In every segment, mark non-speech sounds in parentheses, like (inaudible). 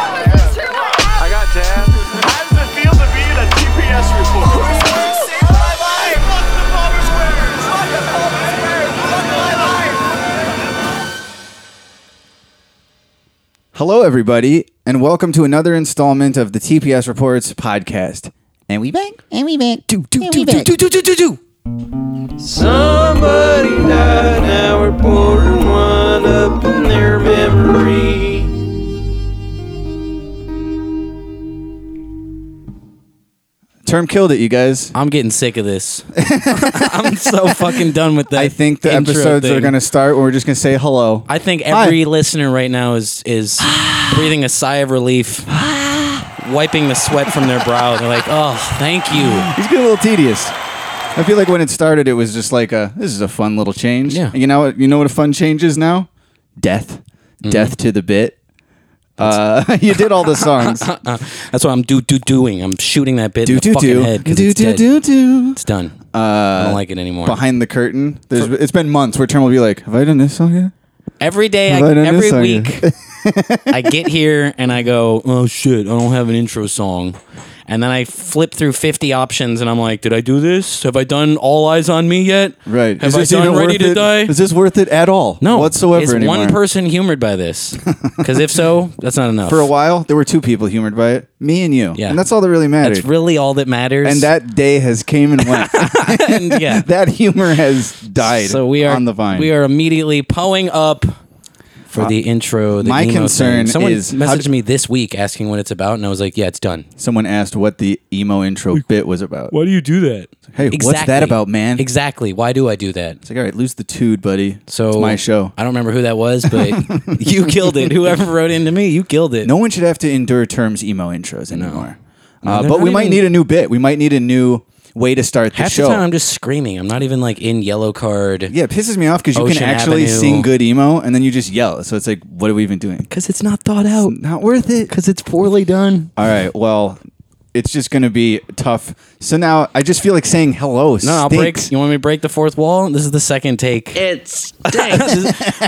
I got dad. How does it feel to be in a GPS report? Hello, everybody, and welcome to another installment of the TPS Reports podcast. And we back, and we back, do do do do do do do do do. Somebody died, now we're pouring one up in their memory. Term killed it, you guys. I'm getting sick of this. (laughs) I'm so fucking done with that. I think the intro episodes are thing. going to start, where we're just going to say hello. I think Hi. every listener right now is is breathing a sigh of relief, wiping the sweat from their brow. They're like, "Oh, thank you." (gasps) It's getting a little tedious. I feel like when it started, it was just like a this is a fun little change. Yeah. You know, what- you know what a fun change is now? Death, Mm-hmm. death to the bit. Uh, (laughs) you did all the (laughs) songs. Uh, That's what I'm do do doing. I'm shooting that bit do in the do fucking do head because do it's do dead. do do. It's done. Uh, I don't like it anymore. Behind the curtain, there's it's been months where Term will be like, "Have I done this song yet?" every day, I, Have I done every this on you? week, (laughs) I get here and I go, "Oh shit, I don't have an intro song." And then I flip through 50 options and I'm like, "Did I do this? Have I done All Eyes on Me yet? Right. Have I done even Ready worth to it? Die? Is this worth it at all? No, whatsoever. Is anymore. one person humored by this? (laughs) Because if so, that's not enough. for a while? There were two people humored by it, me and you. Yeah. and that's all that really mattered. that's really all that matters. and that day has came and went. (laughs) and yeah, (laughs) that humor has died. so we are on the vine. Uh, We are immediately powing up for the intro. The my emo thing. concern someone is how messaged d- me this week asking what it's about, and I was like, "Yeah, it's done." Someone asked what the emo intro bit was about. do you do that? Hey, what's that about, man? Exactly. Why do I do that? It's like, all right, lose the tood, buddy. So it's my show. I don't remember who that was, (laughs) but you killed it. Whoever wrote into me, you killed it. No one should have to endure terms emo intros anymore. Uh, they're but not we might even- need a new bit. We might need a new way to start the half show. the time I'm just screaming. I'm not even like in yellow card. Yeah, it pisses me off because you can Ocean actually Avenue. sing good emo and then you just yell. So it's like, what are we even doing? because it's not thought out. Not worth it. Because it's poorly done. All right, well, it's just going to be tough. So now I just feel like saying hello. No, I'll stinks. break. You want me to break the fourth wall? This is the second take. (laughs) It's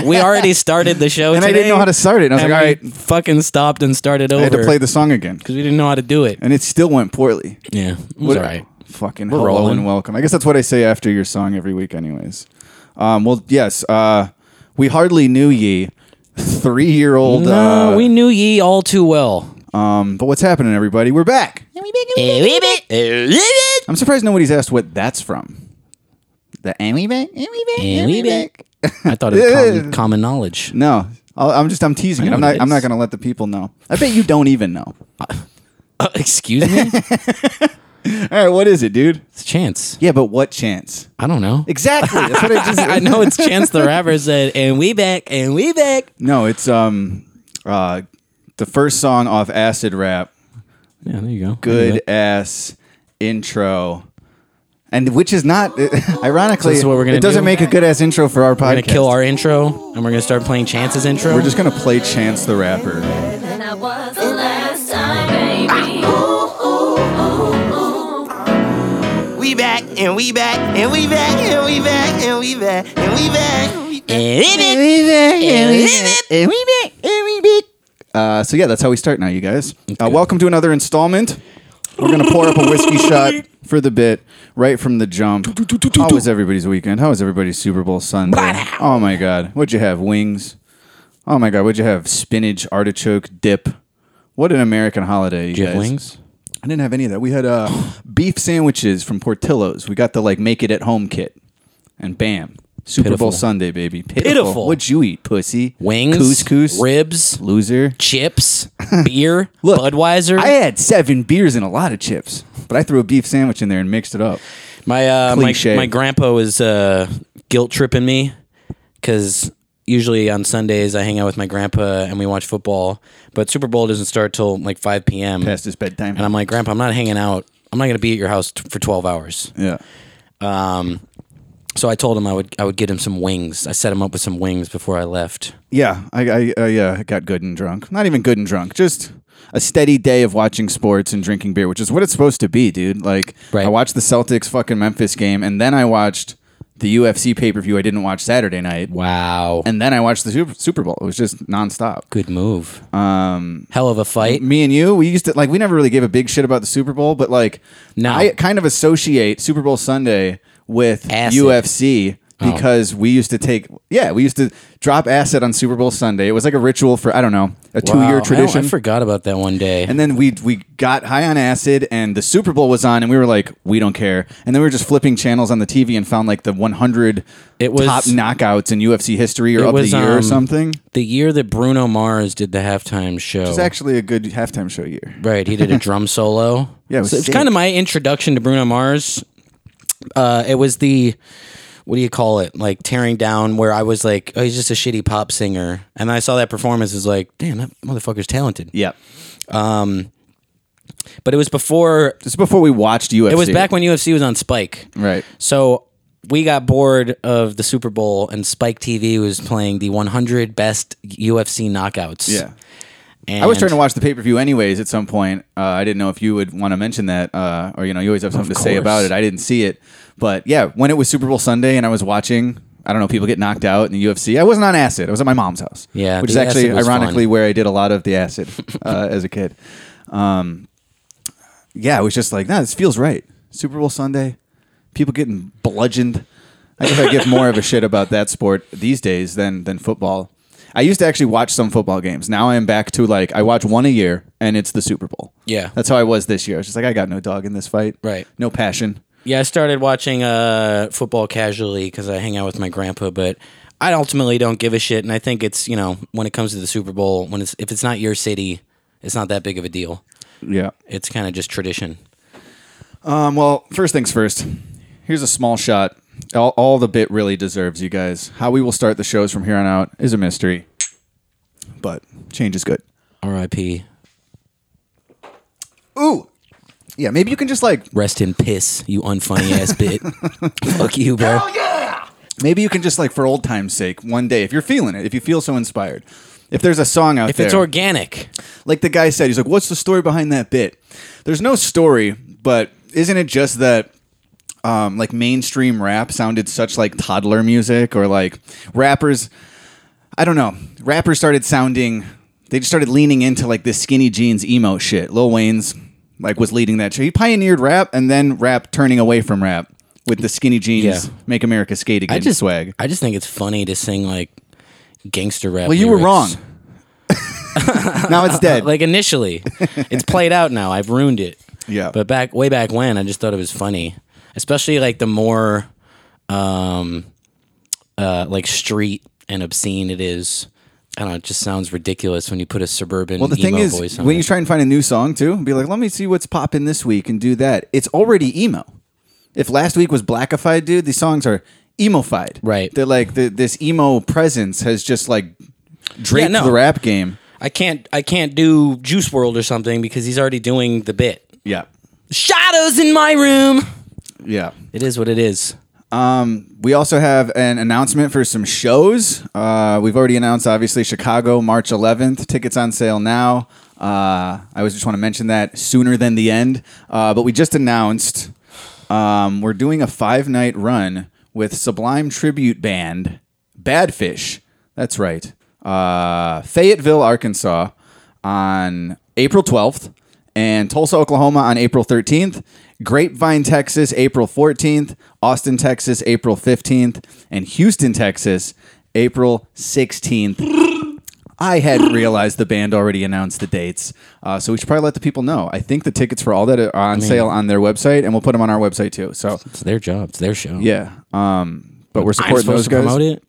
we already started the show, And I didn't today, know how to start it. And I was and like, all right, we fucking stopped and started over. I had to play the song again. because we didn't know how to do it. And it still went poorly. Yeah, it was What- all right. Fucking We're hello rolling. and welcome. I guess that's what I say after your song every week, anyways. Um, well, yes, uh, we hardly knew ye, three year old. No, uh, we knew ye all too well. um, but what's happening, everybody? We're back. I'm surprised nobody's asked what that's from. The Amy Bank? Amy Bank? And we back. I thought it was common, common knowledge. No, I'll, I'm just I'm teasing it. know I'm what not it I'm not is. gonna let the people know. I bet you don't even (laughs) know. Uh, excuse (laughs) me. All right, what is it, dude? It's Chance. Yeah, but what chance? I don't know. (laughs) Exactly. That's what I (laughs) just. I know it's Chance the rapper said, and we back, and we back. No, it's um, uh, the first song off Acid Rap. Yeah, there you go. Good ass intro. And which is not, (laughs) ironically, This is what we're gonna it doesn't do? make a good ass intro for our podcast. We're gonna kill our intro, and we're gonna start playing Chance's intro. We're just gonna play Chance the Rapper. I was the last time, baby. We back and we back and we back and we back and we back and we back. and we back. Uh, so yeah, that's how we start now, you guys. Uh, welcome to another installment. We're gonna pour up a (laughs) whiskey shot for the bit right from the jump. How was everybody's weekend? How was everybody's Super Bowl Sunday? Oh my God, what'd you have? Wings. Oh my God, what'd you have? Spinach artichoke dip. What an American holiday, you Do you have guys. wings? I didn't have any of that. We had uh, (gasps) beef sandwiches from Portillo's. We got the like make it at home kit, and bam, Super Bowl Pitiful. Sunday, baby. Pitiful. Pitiful. What'd you eat, pussy? Wings, couscous, ribs, loser. (laughs) chips, beer, Look, Budweiser. I had seven beers and a lot of chips, but I threw a beef sandwich in there and mixed it up. my uh, my Cliche. my grandpa was uh, guilt tripping me because usually on Sundays I hang out with my grandpa and we watch football, but Super Bowl doesn't start till like 5 p.m. Past his bedtime. And I'm like, Grandpa, I'm not hanging out. I'm not gonna be at your house t- for 12 hours. yeah. Um, So I told him I would I would get him some wings. I set him up with some wings before I left. Yeah, I, I, I uh, got good and drunk. Not even good and drunk, just a steady day of watching sports and drinking beer, which is what it's supposed to be, dude. Like, Right. I watched the Celtics fucking Memphis game, and then I watched the UFC pay per view I didn't watch Saturday night, Wow. and then I watched the Super, Super Bowl. It was just nonstop. Good move. Um, Hell of a fight. Me and you, we used to like we never really gave a big shit about the Super Bowl, but like No. I kind of associate Super Bowl Sunday with Acid. UFC Oh. because we used to take yeah, we used to drop acid on Super Bowl Sunday. It was like a ritual for I don't know, a Wow. 2-year I don't- tradition. I, forgot about that one day. and then we we got high on acid and the Super Bowl was on and we were like, we don't care. And then we were just flipping channels on the TV and found like the 100 It was- top knockouts in UFC history or It of was, the year or um, something. the year that Bruno Mars did the halftime show. It's actually a good halftime show year. Right, he did a (laughs) drum solo. Yeah, it was so it's sick. kind of my introduction to Bruno Mars. Uh, it was the what do you call it? Like tearing down where I was like, oh, he's just a shitty pop singer, and I saw that performance. Is like, damn, that motherfucker's talented. Yeah. But it was before. This is before we watched UFC. It was back when UFC was on Spike. Right. So we got bored of the Super Bowl, and Spike TV was playing the 100 best UFC knockouts. Yeah. and I was trying to watch the pay per view anyways at some point. Uh, I didn't know if you would want to mention that, uh, or you know, you always have something to say course. about it. I didn't see it, but yeah, when it was Super Bowl Sunday and I was watching, I don't know, people get knocked out in the UFC. I wasn't on acid. I was at my mom's house. Yeah, which is the acid actually was ironically fun. where I did a lot of the acid (laughs) uh, as a kid. Um, yeah, I was just like, nah, this feels right. Super Bowl Sunday, people getting bludgeoned. I guess I give more of a shit about that sport these days than than football. I used to actually watch some football games. Now I am back to like I watch one a year, and it's the Super Bowl. Yeah. that's how I was this year. I was just like, I got no dog in this fight. Right. No passion. Yeah, I started watching uh, football casually because I hang out with my grandpa, but I ultimately don't give a shit. And I think it's you know when it comes to the Super Bowl, when it's if it's not your city, it's not that big of a deal. Yeah. It's kind of just tradition. Um. Well, first things first. Here's a small shot. All, all the bit really deserves, you guys. How we will start the shows from here on out is a mystery, but change is good. R.I.P. Ooh. Yeah, maybe you can just like Rest in piss, you unfunny (laughs) ass bit. Fuck you, bro. Maybe you can just like for old time's sake, one day if you're feeling it, if you feel so inspired. If there's a song out If there, it's organic, like the guy said, he's like, "What's the story behind that bit?" There's no story, but isn't it just that um, like mainstream rap sounded such like toddler music or like rappers? I don't know. Rappers started sounding. They just started leaning into like this skinny jeans emo shit. Lil Wayne's like was leading that. He pioneered rap, and then rap turning away from rap with the skinny jeans, Yeah. make America skate again I just swag. I just think it's funny to sing like gangster rap. Well, you were wrong. lyrics. now it's dead. (laughs) Like initially, it's played out now. I've ruined it. Yeah. But back way back when, I just thought it was funny, especially like the more, um, uh, like street and obscene it is. I don't know. It just sounds ridiculous when you put a suburban well, the emo thing voice is, on when it. you try and find a new song too, be like, let me see what's popping this week and do that. It's already emo. If last week was blackified, dude, these songs are emo-fied. Right. They're like the, this emo presence has just like draped Yeah, no. the rap game. I can't, I can't do Juice World or something because he's already doing the bit. Yeah. Shadows in my room. Yeah. It is what it is. We also have an announcement for some shows. Uh, we've already announced, obviously, Chicago, March 11th. Tickets on sale now. Uh, I always just want to mention that sooner than the end. Uh, but we just announced um, we're doing a five night run with Sublime Tribute Band Badfish. That's right. Uh, Fayetteville, Arkansas on April 12th and Tulsa, Oklahoma on April 13th, Grapevine, Texas April 14th, Austin, Texas April 15th, and Houston, Texas April 16th. I hadn't realized the band already announced the dates, uh, so we should probably let the people know. I think the tickets for all that are on sale on their website, and we'll put them on our website too. So It's their job. It's their show. yeah, um, but we're I'm supporting supposed those to guys. promote it.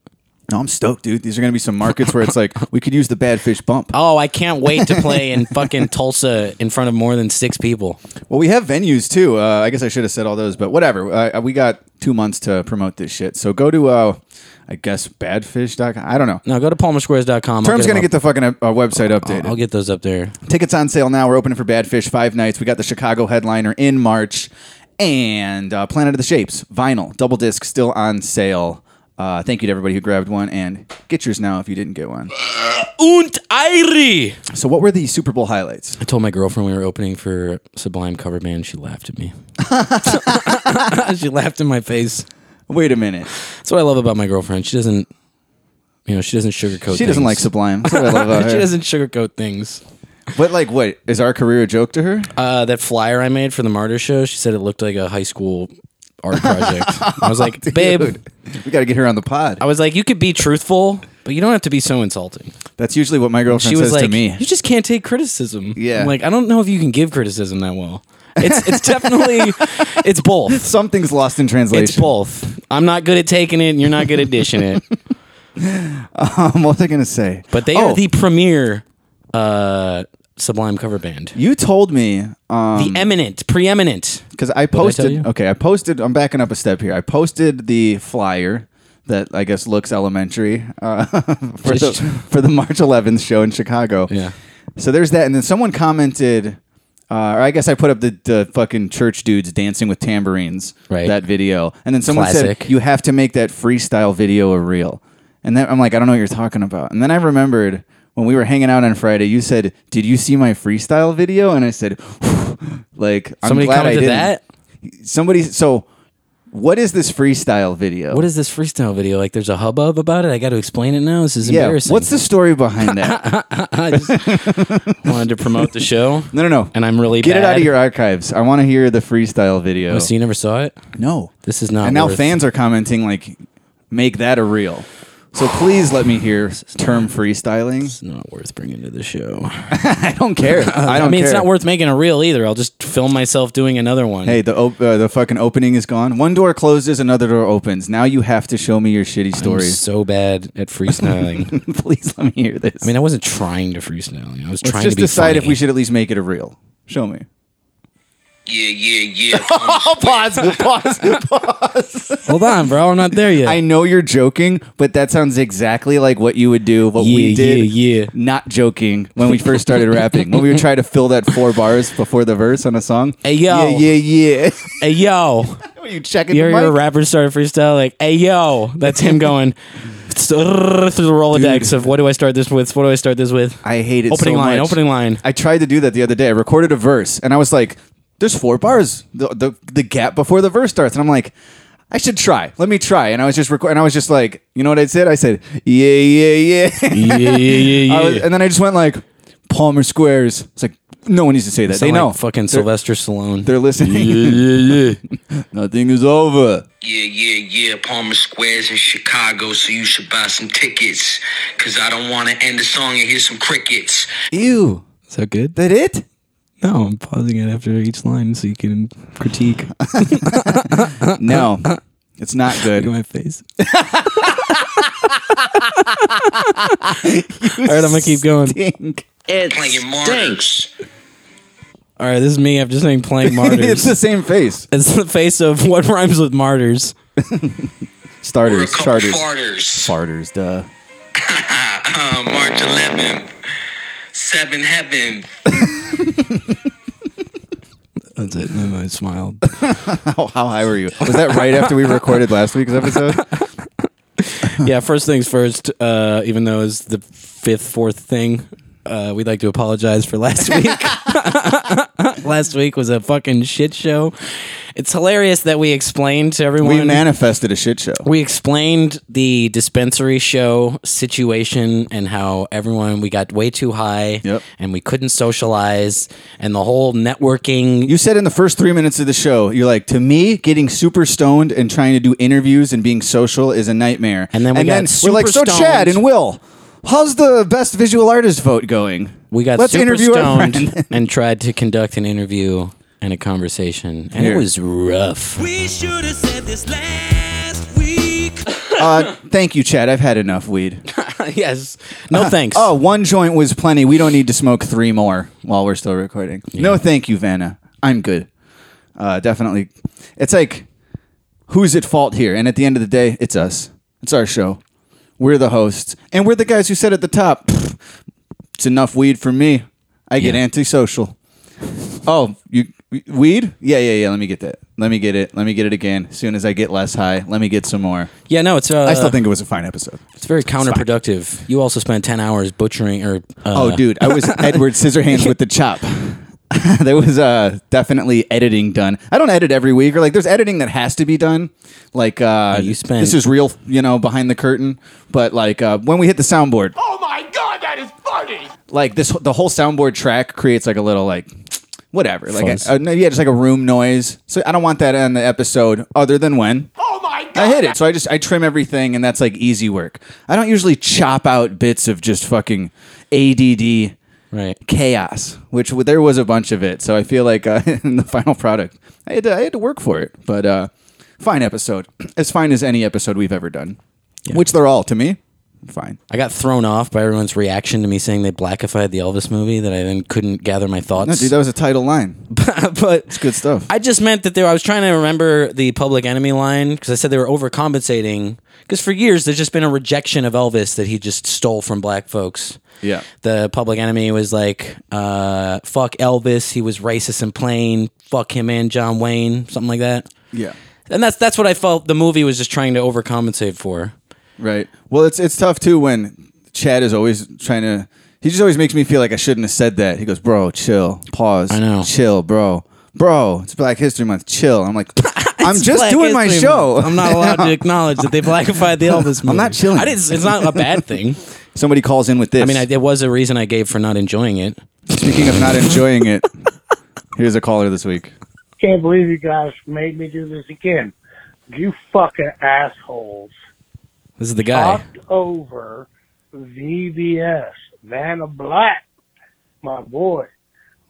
No, I'm stoked, dude. These are going to be some markets where it's like we could use the bad fish bump. Oh, I can't wait to play (laughs) in fucking Tulsa in front of more than six people. Well, we have venues too. Uh, I guess I should have said all those, but whatever. Uh, we got two months to promote this shit. So go to, uh, I guess, badfish.com. I don't know. No, go to palmersquares.com. Term's going to get the fucking uh, uh, website updated. I'll get those up there. Tickets on sale now. We're opening for Badfish five nights. We got the Chicago headliner in March. And uh, Planet of the Shapes, vinyl, double disc, still on sale. Uh, thank you to everybody who grabbed one and get yours now if you didn't get one. Und Irie. So, what were the Super Bowl highlights? I told my girlfriend we were opening for Sublime cover band. She laughed (laughs) at me. she laughed in my face. Wait a minute. That's what I love about my girlfriend. She doesn't, you know, she doesn't sugarcoat. She doesn't like things. Sublime. That's what I love (laughs) about she her. doesn't sugarcoat things. But, like, what? Is our career a joke to her? Uh, that flyer I made for the Martyr show, she said it looked like a high school art (laughs) project. I was like, babe, Dude, we got to get her on the pod. I was like, you could be truthful, but you don't have to be so insulting. That's usually what my girlfriend She was says like, to me. you just can't take criticism. Yeah. I'm like I don't know if you can give criticism that well. It's (laughs) it's definitely it's both. Something's lost in translation. (laughs) It's both. I'm not good at taking it, and you're not good at dishing it. Um, what was I going to say? But they Oh, are the premier uh, Sublime cover band. You told me um, the eminent, preeminent. because I tell posted. you? okay, I posted. I'm backing up a step here. I posted the flyer that I guess looks elementary uh, (laughs) for the for the March 11th show in Chicago. Yeah. So there's that, and then someone commented. Uh, or I guess I put up the, the fucking church dudes dancing with tambourines. Right. That video, and then someone Classic. said you have to make that freestyle video a reel, and then I'm like, I don't know what you're talking about. And then I remembered when we were hanging out on Friday, you said, "Did you see my freestyle video?" And I said, (laughs) "Like, I'm Somebody glad I commented didn't." that. somebody so what is this freestyle video What is this freestyle video? Like, there's a hubbub about it. I got to explain it now. This is yeah embarrassing. what's the story behind that (laughs) I just wanted to promote the show. (laughs) no no no And I'm really get it out bad. of your archives i want to hear the freestyle video Oh, so you never saw it? no This is not. and now worth- fans are commenting like make that a reel so please let me hear term freestyling (laughs) It's not worth bringing to the show. i don't care i (laughs) I, don't mean, it's care. not worth making a reel either. I'll just film myself doing another one. Hey, the op- uh, the fucking opening is gone. One door closes, another door opens. Now you have to show me your shitty I'm story. so bad at (laughs) freestyling. Please let me hear this. I mean, I wasn't trying to freestyle. I was Let's trying just to be decide if funny. we (laughs) should at least make it a reel. Show me. Yeah, yeah, yeah. pause, (laughs) pause, Hold on, bro. I'm not there yet. I know you're joking, but that sounds exactly like what you would do, what we Yeah, did, yeah, yeah. not joking when we first started rapping, when we would try to fill that four bars before the verse on a song. Hey, yo. yeah, yeah, (laughs) hey, yo. yeah. Were you checking You the ever hear a mic? rapper start freestyle like, "Hey yo," that's him going (laughs) through the rolodex Dude. of what do I start this with? What do I start this with? I hate it. opening so line, much. opening line. I tried to do that the other day. I recorded a verse, and I was like, "There's four bars. The the, the gap before the verse starts." And I'm like. I should try. Let me try. And I was just record. And I was just like, you know what I said? I said, yeah, yeah, yeah. yeah, yeah, (laughs) yeah, I was, and then I just went like Palmer Squares. It's like no one needs to say that. They know. fucking they're, Sylvester Stallone. They're listening. (laughs) Nothing is over. Yeah, yeah, yeah. Palmer Square's in Chicago, so you should buy some tickets. Cause I don't wanna end the song and hear some crickets. Ew. Is that good? That it? No, I'm pausing it after each line so you can critique (laughs) No, it's not (laughs) good. my (laughs) face. All right, I'm gonna keep going. Dink. Playing martyrs. All right, this is me. I'm just saying (laughs) playing it's martyrs. the same face. it's the face of (laughs) what rhymes with martyrs. We're a Starters, couple charters, farters. starters. Duh. (laughs) Uh, March 11th. Seven heaven. That's it. And I smiled. How, how high were you? Was that right after we recorded last week's (laughs) episode? (laughs) yeah, first things first. Uh, even though it's the fifth, fourth thing, uh, we'd like to apologize for last (laughs) week. last week was a fucking shit show. It's hilarious that we explained to everyone. We manifested a shit show. we explained the dispensary show situation and how everyone we got way too high Yep. and we couldn't socialize and the whole networking You said in the first three minutes of the show, you're like, to me, getting super stoned and trying to do interviews and being social is a nightmare. And then we got super we're like, so Chad stoned." and Will, how's the best visual artist vote going? We got Let's super interview our stoned friend." (laughs) (laughs) and tried to conduct an interview and a conversation, and Here. it was rough. uh, thank you, Chad. I've had enough weed. (laughs) yes, (laughs) no thanks. Oh, one joint was plenty. We don't need to smoke three more while we're still recording. No, thank you, Vanna. I'm good. Uh, definitely. It's like, who's at fault here? And at the end of the day, it's us. It's our show. We're the hosts. And we're the guys who said at the top, "Pfft, it's enough weed for me. I get Yeah. antisocial. Oh, you weed? Yeah, yeah, yeah. Let me get that. Let me get it. Let me get it again. As soon as I get less high, let me get some more. Yeah, no, it's uh, I still think it was a fine episode. it's very counterproductive. you also spent ten hours butchering or uh, oh, dude, I (laughs) was Edward Scissorhands with the chop. (laughs) there was uh, definitely editing done. I don't edit every week, or like there's editing that has to be done. Like uh, Oh, you spent- this is real, you know, behind the curtain. But like uh, when we hit the soundboard, Oh my god, that is funny! like this the whole soundboard track creates like a little like whatever like Fuzz. a, a- yeah just like a room noise so i don't want that on the episode other than when Oh my god! i hit it so i just i trim everything and that's like easy work i don't usually chop out bits of just fucking add right. chaos which w- there was a bunch of it so i feel like uh, (laughs) in the final product I had, to, I had to work for it but uh fine episode as fine as any episode we've ever done which they're all to me fine I got thrown off by everyone's reaction to me saying they blackified the Elvis movie that I then couldn't gather my no, thoughts. dude that was a title line (laughs) but it's good stuff I just meant that they were, I was trying to remember the Public Enemy line because I said they were overcompensating. Because for years there's just been a rejection of Elvis that he just stole from black folks. Yeah. The Public Enemy was like, uh, "Fuck Elvis, he was racist and plain. Fuck him and John Wayne, something like that." yeah And that's that's what I felt the movie was just trying to overcompensate for. Right. Well, it's it's tough too when Chad is always trying to. He just always makes me feel like I shouldn't have said that. He goes, "Bro, chill, pause. I know. chill, bro, bro. It's Black History Month. Chill." (laughs) I'm like, I'm It's just Black doing my History show. Month. (laughs) I'm not allowed to acknowledge that they blackified the Elvis movie. I'm not chilling. I didn't, it's not a bad thing. Somebody calls in with this. I mean, I, it was a reason I gave for not enjoying it. speaking of not enjoying (laughs) it, here's a caller this week. can't believe you guys made me do this again. You fucking assholes. This is the guy. Talked over VBS, Vanna Black, my boy.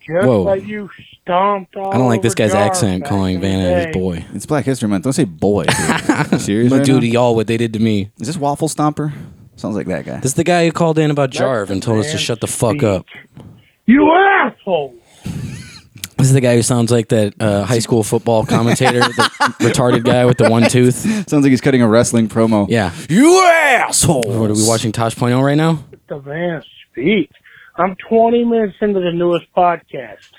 Just Whoa. like you stomped all I don't like this over guy's Jar accent back calling in the Vanna his day. boy. It's Black History Month. Don't say boy. (laughs) Dude. Serious? But right dude, now? y'all, what they did to me. Is this Waffle Stomper? Sounds like that guy. (laughs) This is the guy who called in about Jarv and told us to man shut the fuck speak. up. You asshole! This is the guy who sounds like that uh, high school football (laughs) commentator, the retarded guy with the one tooth. Sounds like he's cutting a wrestling promo. Yeah. You asshole. What are we watching Tosh.0 right now? The man speak. I'm 20 minutes into the newest podcast.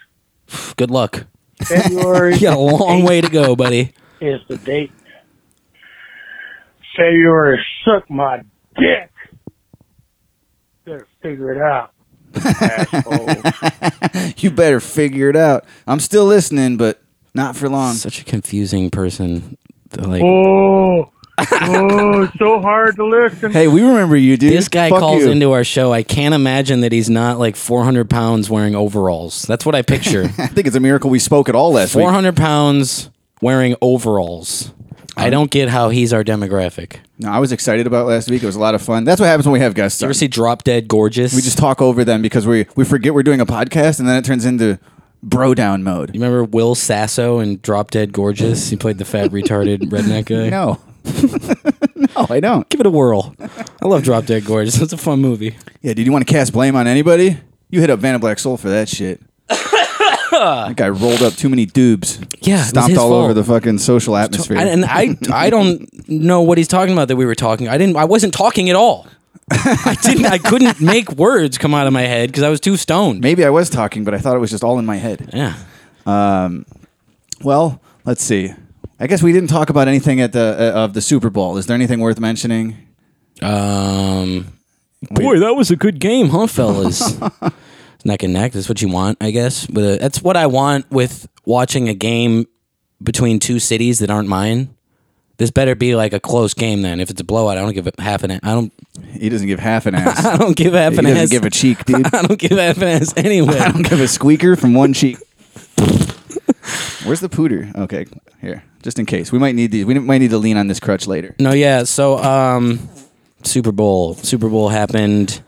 (laughs) Good luck. February (laughs) You got a long way to go, buddy. is the date. February suck my dick. Better figure it out. asshole. You better figure it out. I'm still listening, but not for long. Such a confusing person. Like Oh, oh, it's so hard to listen. Hey, we remember you, dude. this guy Fuck calls you. into our show. I can't imagine that he's not like 400 pounds wearing overalls. That's what (laughs) I (laughs) picture. I think it's a miracle we spoke at all last week. 400 pounds wearing overalls. Um, I don't get how he's our demographic. No, I was excited about last week. It was a lot of fun. That's what happens when we have guests. You on. ever see Drop Dead Gorgeous? we just talk over them because we we forget we're doing a podcast, and then it turns into bro down mode. You remember Will Sasso in Drop Dead Gorgeous? He played (laughs) the fat retarded redneck guy. (laughs) No, (laughs) no, I don't. Give it a whirl. I love Drop Dead Gorgeous. It's a fun movie. Yeah, did you want to cast blame on anybody? You hit up Vanna Black Soul for that (coughs) shit. that guy rolled up too many dubs. Yeah, it was stomped his all over fault. the fucking social atmosphere. I, and (laughs) I I don't know what he's talking about that we were talking. I didn't I wasn't talking at all. I didn't I (laughs) couldn't make words come out of my head because I was too stoned. Maybe I was talking, but I thought it was just all in my head. Yeah. Well, let's see. I guess we didn't talk about anything at the uh, of the Super Bowl. Is there anything worth mentioning? Um Boy, that was a good game, huh, fellas? (laughs) neck and neck. That's what you want, I guess. But uh, that's what I want with watching a game between two cities that aren't mine. This better be like a close game. Then, if it's a blowout, I don't give a half an. I don't. (laughs) He doesn't give half an ass. I don't give half he an doesn't ass. (laughs) give a cheek, dude. I don't give half an ass (laughs) anyway. I don't give a squeaker from one (laughs) cheek. Where's the pooter? Okay, here, just in case we might need these. We might need to lean on this crutch later. No, yeah. So, um, Super Bowl. Super Bowl happened.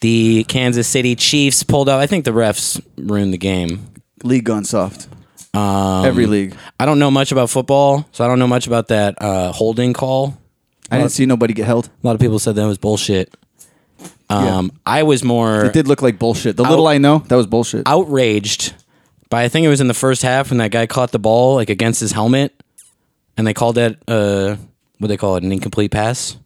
The Kansas City Chiefs pulled out. I think the refs ruined the game. League gone soft. Every league. I don't know much about football, so I don't know much about that uh, holding call. I didn't see nobody get held. A lot of people said that was bullshit. Um, I was more It did look like bullshit. The little I know, that was bullshit. outraged, but I think it was in the first half when that guy caught the ball like against his helmet, and they called that uh, what they call it an incomplete pass.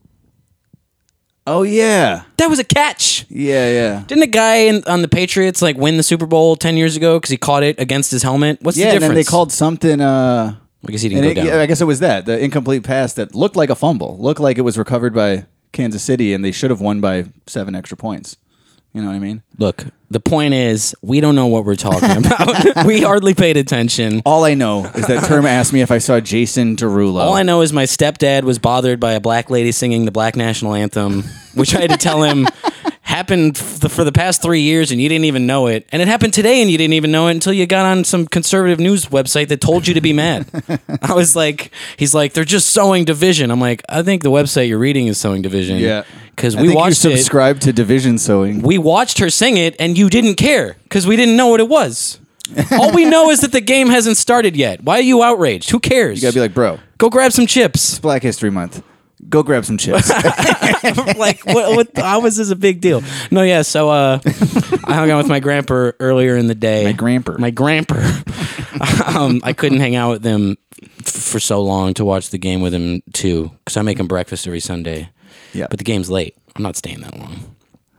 oh yeah, That was a catch. yeah, yeah. Didn't a guy in, on the Patriots like win the Super Bowl ten years ago because he caught it against his helmet? What's Yeah, the and difference? then they called something. Uh, I guess he didn't And go it, down. yeah, I guess it was that the incomplete pass that looked like a fumble, looked like it was recovered by Kansas City, and they should have won by seven extra points. You know what I mean? Look, the point is, we don't know what we're talking (laughs) about. we hardly paid attention. All I know is that Term asked me if I saw Jason Derulo. All I know is my stepdad was bothered by a black lady singing the black national anthem, which I had to tell him (laughs) happened f- the- for the past three years and you didn't even know it. And it happened today and you didn't even know it until you got on some conservative news website that told you to (laughs) be mad. I was like, he's like, they're just sowing division. I'm like, I think the website you're reading is sowing division. yeah, Because I we think watched you it. subscribe to division sewing. we watched her sing it and you didn't care because we didn't know what (laughs) it was. All we know is that the game hasn't started yet. Why are you outraged? Who cares? You gotta be like, bro, go grab some chips. Black History Month. Go grab some (laughs) chips. (laughs) like what, what how was this a big deal no yeah so uh i hung out with my grandpa earlier in the day my gramper. my grandpa (laughs) um i couldn't hang out with him f- for so long to watch the game with him too because i make him breakfast every sunday yeah, but the game's late i'm not staying that long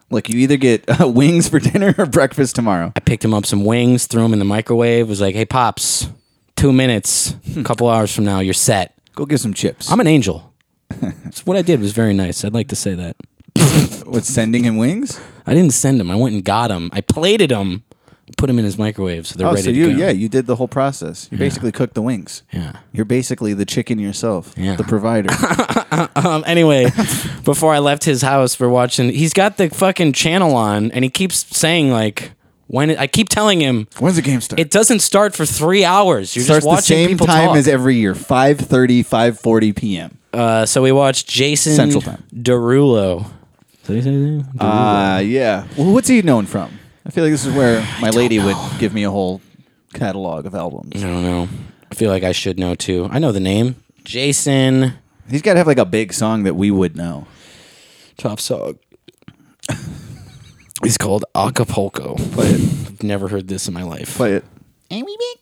look, you either get uh, (laughs) wings for dinner or breakfast tomorrow. i picked him up some wings threw him in the microwave was like hey pops two minutes a couple hours from now you're set Go get some chips. i'm an angel so what i did was very nice i'd like to say that With sending him wings? I didn't send him. I went and got him. I plated him, put him in his microwave, so they're Oh, ready so to you go. yeah, you did the whole process. You basically cooked the wings. Yeah. You're basically the chicken yourself, Yeah. the (laughs) provider. Um, (laughs) anyway, before I left his house, we're watching. He's got the fucking channel on, and he keeps saying like, "When?" It, I keep telling him When's the game start? it doesn't start for three hours. You're starts just the watching same people time talk. as every year, 5.30, 5.40 p.m. uh, so we watched Jason Central Time. Derulo. Did he say his name? Uh, yeah. Well, what's he known from? I feel like this is where my lady would give me a whole catalog of albums. I don't know. I feel like I should know too. I know the name. Jason. He's got to have like a big song that we would know. Top song. (laughs) He's called Acapulco. Play it. I've never heard this in my life. Play it. And we back.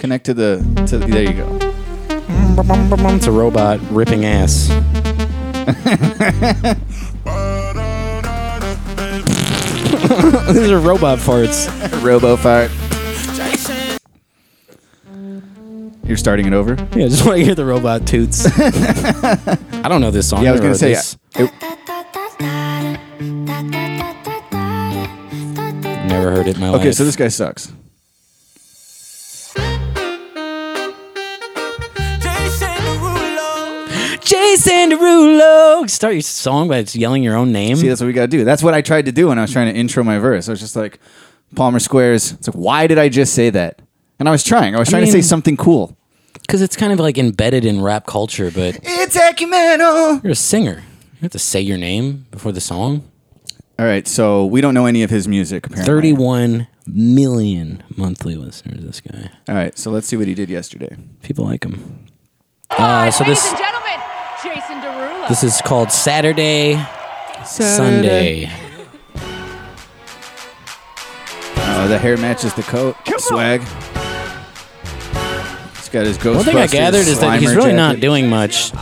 Connect to the, to the, there you go. It's a robot ripping ass. These are robot farts. Robo fart. You're starting it over? Yeah, just want to hear the robot toots. I don't know this song. Yeah, I was going Never to say, heard this. it- Never heard it in my life. okay, so this guy sucks. Jason Derulo. Start your song by just yelling your own name. See, that's what we got to do. That's what I tried to do when I was trying to intro my verse. I was just like, Palmer Squares. It's like, why did I just say that? And I was trying. I was trying to say mean- something cool. Because it's kind of like embedded in rap culture, but It's Ecumenical. you're a singer. You have to say your name before the song. All right, so we don't know any of his music, apparently. 31 million monthly listeners, this guy. All right, so let's see what he did yesterday. People like him. Oh, Uh, so this. gentlemen, Jason Derulo. This is called Saturday, Sunday. Uh, the hair matches the coat. Swag. He's got his Ghostbusters One thing I gathered is that he's Slimer really jacket. not doing much.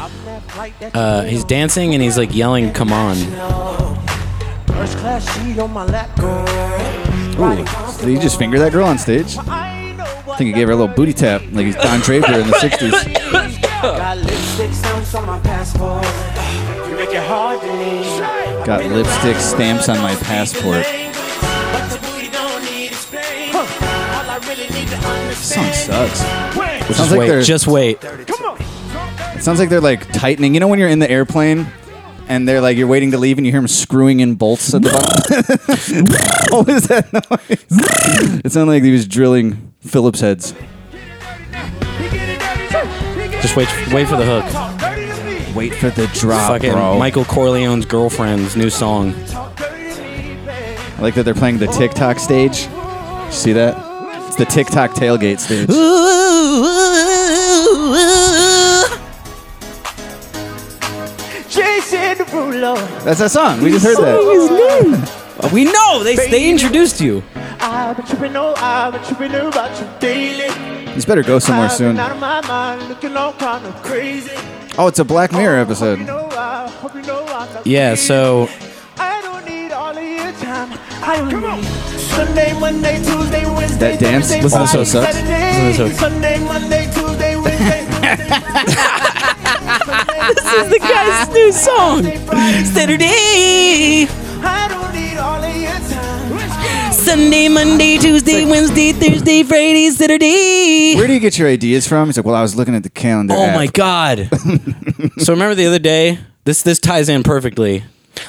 Uh, he's dancing and he's like yelling, "Come on!" Ooh, did he just finger that girl on stage? I think he gave her a little booty tap, like he's Don Draper in the 60s. Got lipstick stamps on my passport. This song sucks. It sounds Just like, wait, they're, just wait. it sounds like they're like tightening. You know when you're in the airplane and they're like you're waiting to leave and you hear them screwing in bolts at the bottom. (laughs) what was that noise? (laughs) it sounded like he was drilling Phillips heads. Just wait. Wait for the hook. Wait for the drop, Fucking bro. Michael Corleone's girlfriend's new song. I like that they're playing the TikTok stage. See that? It's the TikTok tailgate stage. Jason Derulo. That's that song. We just heard that. We know they they introduced you. I've been tripping, oh, I've been tripping about you daily. He's better go somewhere I've soon. been out of my mind, looking all kind of crazy. Oh, it's a Black Mirror episode. You know, I hope you know I'm not Yeah. crazy. So I don't need all of your time. I am Sunday, Monday, Tuesday, Wednesday, That dance? Thursday, Listen, this Friday, so sucks. Saturday, Listen, this so- Sunday, Monday, Tuesday, (laughs) Wednesday, It's the Ah. guy's new song. Friday. Saturday, I don't need all of your time. Sunday, Monday, Tuesday, Wednesday, Thursday, Friday, Saturday. Where do you get your ideas from? He's like, well, I was looking at the calendar. Oh app." my god! so remember the other day? This this ties in perfectly.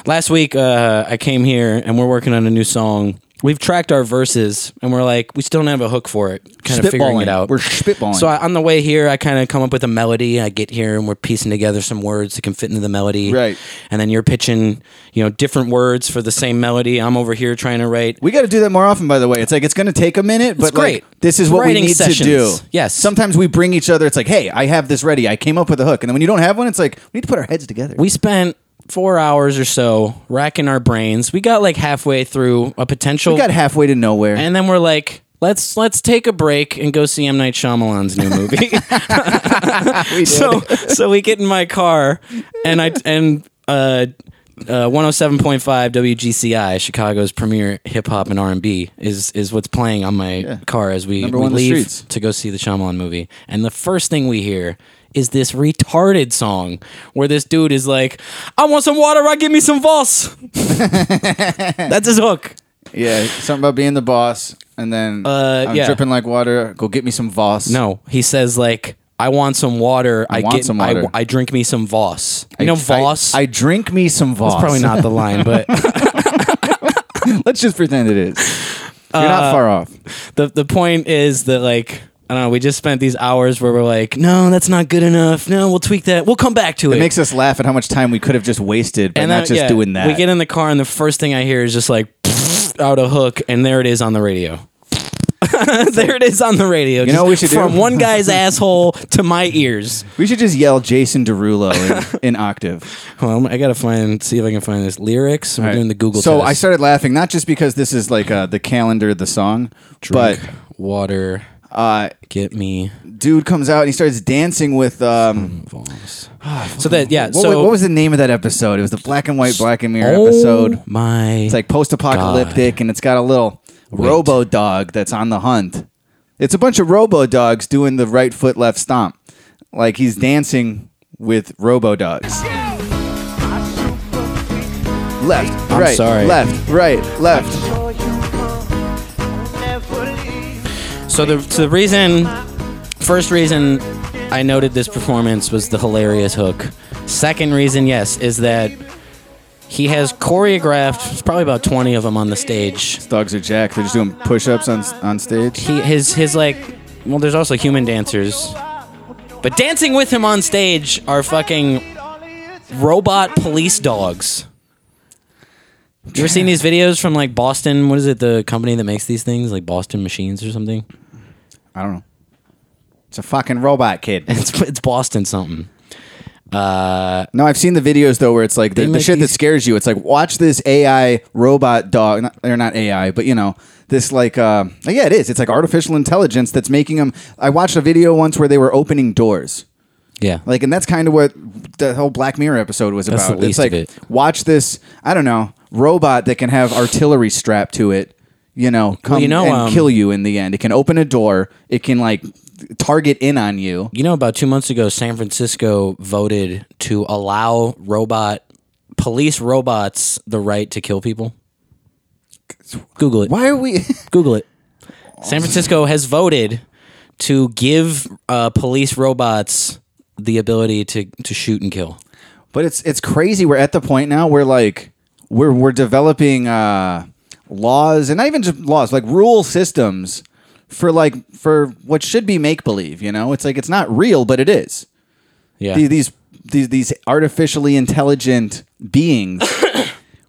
Last week uh, I came here and we're working on a new song. We've tracked our verses and we're like we still don't have a hook for it. Kind of figuring Spitballing. it out. We're spitballing. So I, on the way here, I kind of come up with a melody. I get here and we're piecing together some words that can fit into the melody. Right. And then you're pitching, you know, different words for the same melody. I'm over here trying to write. We got to do that more often, by the way. It's like it's going to take a minute, but great. like this is what Writing we need sessions. to do. Yes. Sometimes we bring each other. It's like, hey, I have this ready. I came up with a hook, and then when you don't have one, it's like we need to put our heads together. We spent four hours or so racking our brains. We got like halfway through a potential. We got halfway to nowhere. and then we're like, let's let's take a break and go see M Night Shyamalan's (laughs) new movie. (laughs) so so we get in my car and I and uh. Uh, 107.5 WGCI, Chicago's premier hip hop and R and B, is is what's playing on my car as we, Number we one in the leave streets. to go see the Shyamalan movie. And the first thing we hear is this retarded song where this dude is like, "I want some water, I give me some (laughs) Voss." That's his hook. yeah, something about being the boss, and then Uh, I'm yeah. dripping like water. Go get me some Voss. No, he says like, "I want some water. I, want get. some I- water." I, drink me some Voss. You I- know I- Voss. I, drink me some Voss. that's probably not the line, but (laughs) Let's just pretend it is. You're Uh, not far off. (laughs) the the point is that like. I don't know. We just spent these hours where we're like, no, that's not good enough. No, we'll tweak that. We'll come back to it. It makes us laugh at how much time we could have just wasted by not then, just yeah, doing that. We get in the car, and the first thing I hear is just like (laughs) out a hook, and there it is on the radio. (laughs) there it is on the radio. know just what we should do? from one (laughs) guy's asshole to my ears. we should just yell Jason Derulo (laughs) in, in octave. Well, I gotta find, see if I can find this lyrics. We're All right. doing the Google. So test. I started laughing, not just because this is like uh, the calendar, of the song, drink water. but uh, Get me dude comes out and he starts dancing with. Um, Voss. so that yeah. what, Hmm. so wa- what was the name of that episode? It was the black and white Black and Mirror episode. Oh my, It's like post-apocalyptic, and it's got a little robo dog that's on the hunt. It's a bunch of robo dogs doing the right foot left stomp, like he's dancing with robo dogs. Left, I'm right, sorry. left, right, left. so the so the reason, first reason I noted this performance was the hilarious hook. Second reason, yes, is that he has choreographed it's probably about twenty of them on the stage. Dogs are jacked. They're just doing push-ups on on stage. He his his like well, there's also human dancers, but dancing with him on stage are fucking robot police dogs. You ever seen these videos from like Boston? What is it? The company that makes these things, like Boston Machines or something. I don't know. It's a fucking robot kid. (laughs) (laughs) It's it's Boston something. No, I've seen the videos though where it's like the, They the make shit that these- scares you. It's like watch this AI robot dog. Not, they're not AI, but you know this like uh, yeah, it is. It's like artificial intelligence that's making them. I watched a video once where they were opening doors. Yeah, Like, and that's kind of what the whole Black Mirror episode was That's about. the it's least like of it. watch this. I don't know robot that can have artillery strapped to it. You know, come you know, and um, kill you in the end. It can open a door. It can like target in on you. you know, about two months ago, San Francisco voted to allow robot police robots the right to kill people. Google it. Why are (laughs) we? Google it. San Francisco has voted to give uh, police robots the ability to, to shoot and kill. But it's it's crazy. We're at the point now where like we're we're developing uh, laws and not even just laws, like rule systems for like for what should be make believe. You know, it's like it's not real, but it is. Yeah. The- These these these artificially intelligent (coughs) beings.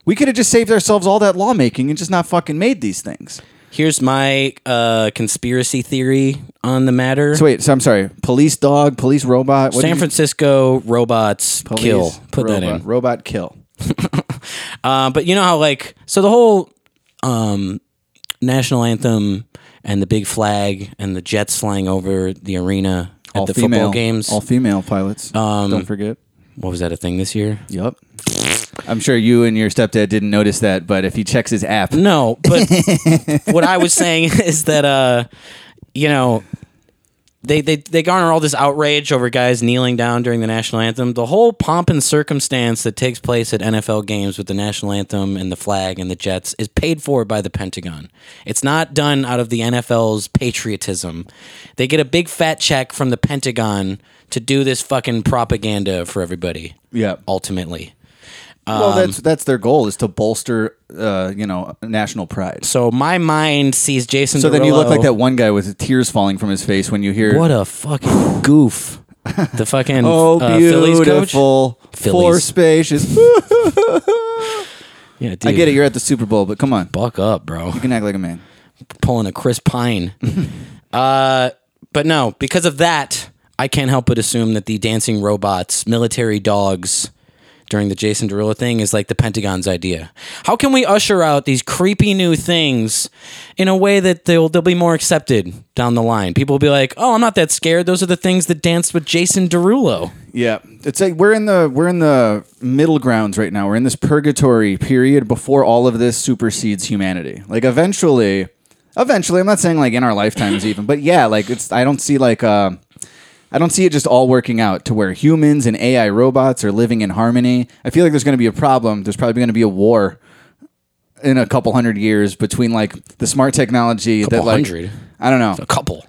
we could have just saved ourselves all that lawmaking and just not fucking made these things. Here's my uh, conspiracy theory on the matter. So wait, so I'm sorry. Police dog, police robot. What did San you- Francisco robots police kill. Put that robot- in. Robot kill. Uh, but you know how like so the whole um, national anthem and the big flag and the jets flying over the arena at the football games. Um, All female pilots. Don't forget. What was that a thing this year? Yep. I'm sure you and your stepdad didn't notice that, but if he checks his app, No, (laughs) but what I was saying (laughs) is that uh, you know they, they they garner all this outrage over guys kneeling down during the national anthem. The whole pomp and circumstance that takes place at NFL games with the national anthem and the flag and the Jets is paid for by the Pentagon. It's not done out of the NFL's patriotism. They get a big fat check from the Pentagon to do this fucking propaganda for everybody. Yeah. ultimately. Um, well, that's that's their goal is to bolster, uh, you know, national pride. So my mind sees Jason. So then you look Derulo- like that one guy with tears falling from his face when you hear What a fucking goof. The fucking (laughs) Oh, uh, Phillies coach. beautiful floor Phillies. space is. Yeah, (laughs) dude, I get it. You're at the Super Bowl, but come on, Buck up, bro. you can act like a man. Pulling a (laughs) Chris Pine. uh, but no, because of that, I can't help but assume that the dancing robots, military dogs, during the Jason Derulo thing is like the Pentagon's idea. How can we usher out these creepy new things in a way that they'll they'll be more accepted down the line? People will be like, "Oh, I'm not that scared. Those are the things that danced with Jason Derulo." Yeah, it's like we're in the we're in the middle grounds right now. We're in this purgatory period before all of this supersedes humanity. Like eventually, eventually, I'm not saying like in our lifetimes even, but yeah, like it's I don't see like uh, I don't see it just all working out to where humans and AI robots are living in harmony. I feel like there's going to be a problem. There's probably going to be a war in a couple hundred years between like the smart technology that Couple like hundred? I don't know A couple.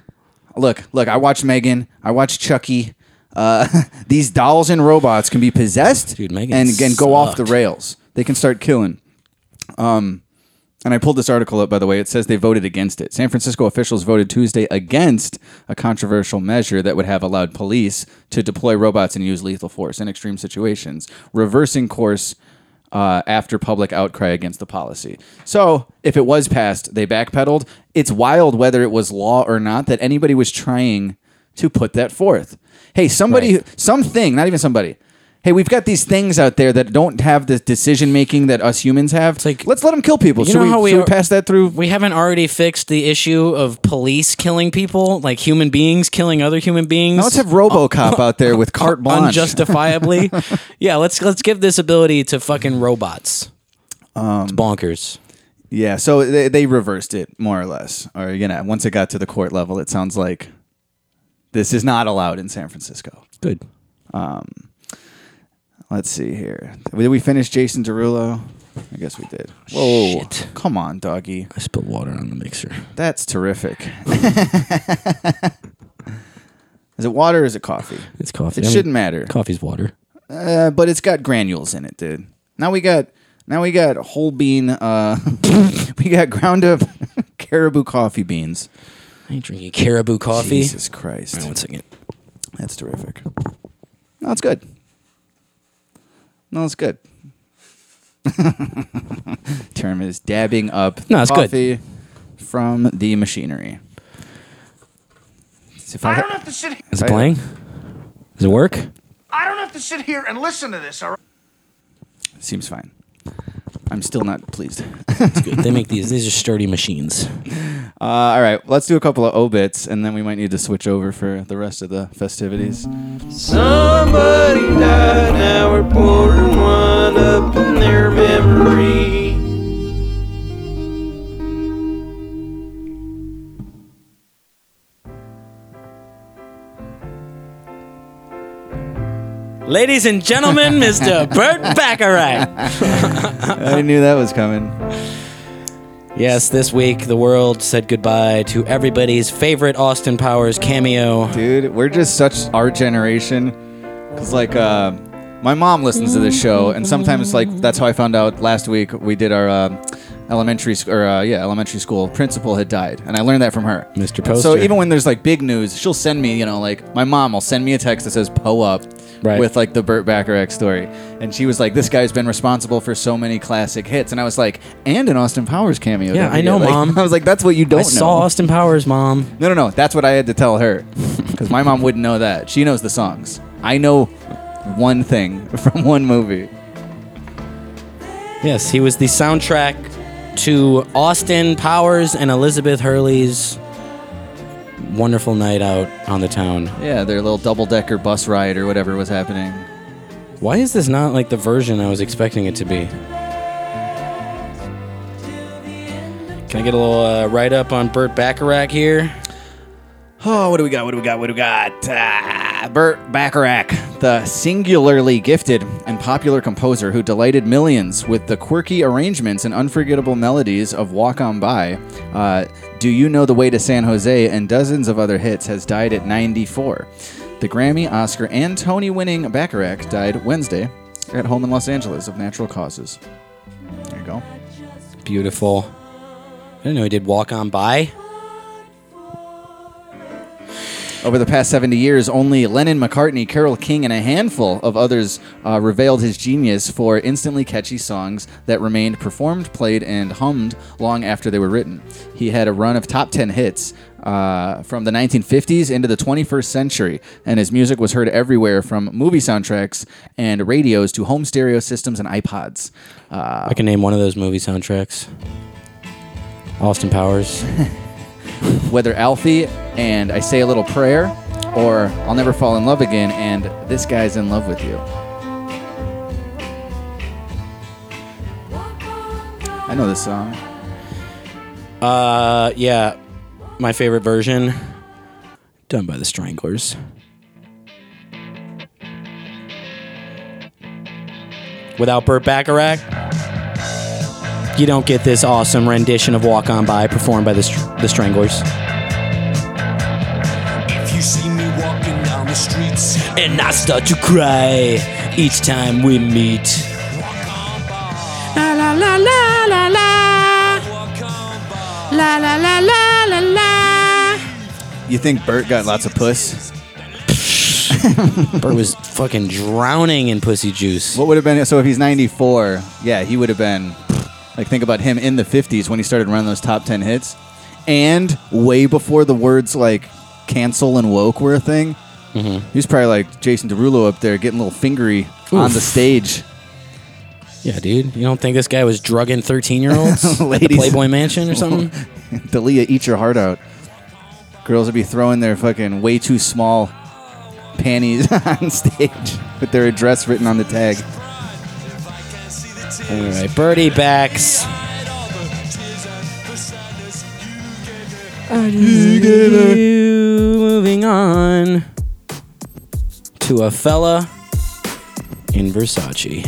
look, look, I watch Megan, I watch Chucky. Uh, (laughs) these dolls and robots can be possessed Dude, Megan and, and go off the sucked. rails. They can start killing. Um, and I pulled this article up, by the way. It says they voted against it. San Francisco officials voted Tuesday against a controversial measure that would have allowed police to deploy robots and use lethal force in extreme situations, reversing course uh, after public outcry against the policy. So, if it was passed, they backpedaled. It's wild whether it was law or not that anybody was trying to put that forth. Hey, somebody, something, not even somebody. Hey, we've got these things out there that don't have the decision making that us humans have. like- let's let them kill people. You Should, know we, how we should are- we pass that through? we haven't already fixed the issue of police killing people, like human beings killing other human beings. Now let's have RoboCop out there (laughs) with carte blanche. (laughs) unjustifiably. yeah, let's let's give this ability to fucking robots. Um, it's bonkers. Yeah, so they, they reversed it more or less. Or you know, once it got to the court level, it sounds like this is not allowed in San Francisco. Um, Good. Let's see here. Did we finish Jason Derulo? I guess we did. Whoa! Shit. Come on, doggy. I spilled water on the mixer. That's terrific. (laughs) is it water? or Is it coffee? It's coffee. It shouldn't matter. Coffee's water. Uh, but it's got granules in it, dude. Now we got now we got whole bean. Uh, (laughs) we got ground up (laughs) caribou coffee beans. I ain't drinking caribou coffee. Jesus Christ. Hang on one second. That's terrific. No, it's good. No, it's good. (laughs) Term is dabbing up No, it's good. coffee from the machinery. See if I- I don't have to sit. he- Is it playing? Does it work? I don't have to sit here and listen to this. All right. seems fine. I'm still not pleased. It's good. they make these. These are sturdy machines. Uh, all right, let's do a couple of obits, and then we might need to switch over for the rest of the festivities. Somebody died, now we're pouring one up in their memory. Ladies and gentlemen, (laughs) Mr. Burt Bacharach. I knew that was coming. Yes, this week the world said goodbye to everybody's favorite Austin Powers cameo. dude we're just such our generation because like uh, my mom listens to this show and sometimes like that's how i found out last week we did our uh, elementary sc- or uh, yeah elementary school principal had died and i learned that from her Mr. And so Poster. even when there's like big news she'll send me you know like my mom will send me a text that says po up Right. with like the burt bacharach story and she was like this guy's been responsible for so many classic hits and i was like and an austin powers cameo Yeah, that I he know, did." Like, (laughs) Mom. i was like that's what you don't I know saw Austin Powers, mom. no, no, no. That's what I had to tell her because my mom wouldn't know that. She knows the songs. I know one thing (laughs) from one movie. Yes, he was the soundtrack to Austin Powers and Elizabeth Hurley's wonderful night out on the town. Yeah, their little double decker bus ride or whatever was happening. Why is this not like the version I was expecting it to be? Can I get a little uh, write up on Burt Bacharach here? Oh, what do we got? What do we got? What do we got? Ah, Burt Bacharach, the singularly gifted and popular composer who delighted millions with the quirky arrangements and unforgettable melodies of Walk On By, uh, Do You Know the Way to San Jose, and dozens of other hits, has died at 94. The Grammy, Oscar, and Tony winning Bacharach died Wednesday at home in Los Angeles of natural causes. There you go. Beautiful. I didn't know he did Walk On By. Over the past 70 years, only Lennon, McCartney, Carol King, and a handful of others uh, revealed his genius for instantly catchy songs that remained performed, played, and hummed long after they were written. He had a run of top 10 hits uh, from the 1950s into the 21st century, and his music was heard everywhere from movie soundtracks and radios to home stereo systems and iPods. Uh, I can name one of those movie soundtracks Austin Powers. whether Alfie and I Say a Little Prayer or I'll Never Fall in Love Again and This Guy's in Love with You. I know this song. Uh, yeah, my favorite version done by the Stranglers. Without Burt Bacharach, you don't get this awesome rendition of "Walk On By" performed by the, Str- the Stranglers. If you see me walking down the streets, and I start to cry each time we meet. La la la la la la. La la la la la la. You think Bert got lots of puss? Bert was fucking drowning in pussy juice. What would have been so if he's 94? Yeah, he would have been like think about him in the 50s when he started running those top 10 hits and way before the words like cancel and woke were a thing. He was probably like Jason Derulo up there getting a little fingery on Oof. the stage. Yeah, dude. You don't think this guy was drugging 13 year (laughs) olds at the Ladies. Playboy Mansion or something? Dalia, eat your heart out. Girls would be throwing their fucking way too small panties (laughs) on stage with their address written on the tag. All right, Birdie backs. You moving on to a fella in Versace.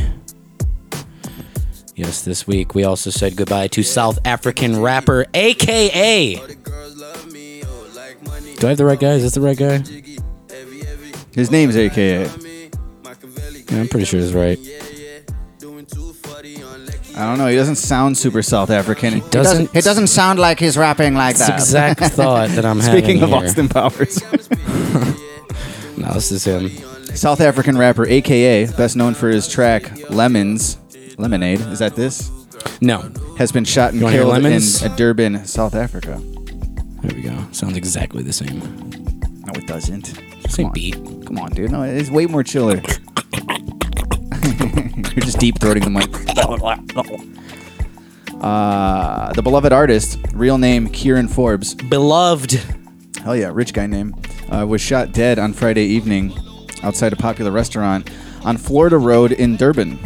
Yes, this week we also said goodbye to South African rapper AKA. Do I have the right guy? Is this the right guy? His name's AKA. Yeah, I'm pretty sure it's right. I don't know. He doesn't sound super South African. He doesn't- It doesn't sound like he's rapping like It's the (laughs) exact thought that I'm having. Speaking of here. Austin Powers, (laughs) No, this is him. South African rapper AKA, best known for his track "Lemons," lemonade. Is that this? No. Has been shot and You wanna hear killed in Lemons? uh, Durban, South Africa. There we go. Sounds exactly the same. No, it doesn't. Same beat. Come on, dude. No, it's way more chiller. (laughs) You're just deep throating the mic. Uh, the beloved artist, real name Kieran Forbes, Beloved. hell yeah, rich guy name, uh, was shot dead on Friday evening outside a popular restaurant on Florida Road in Durban.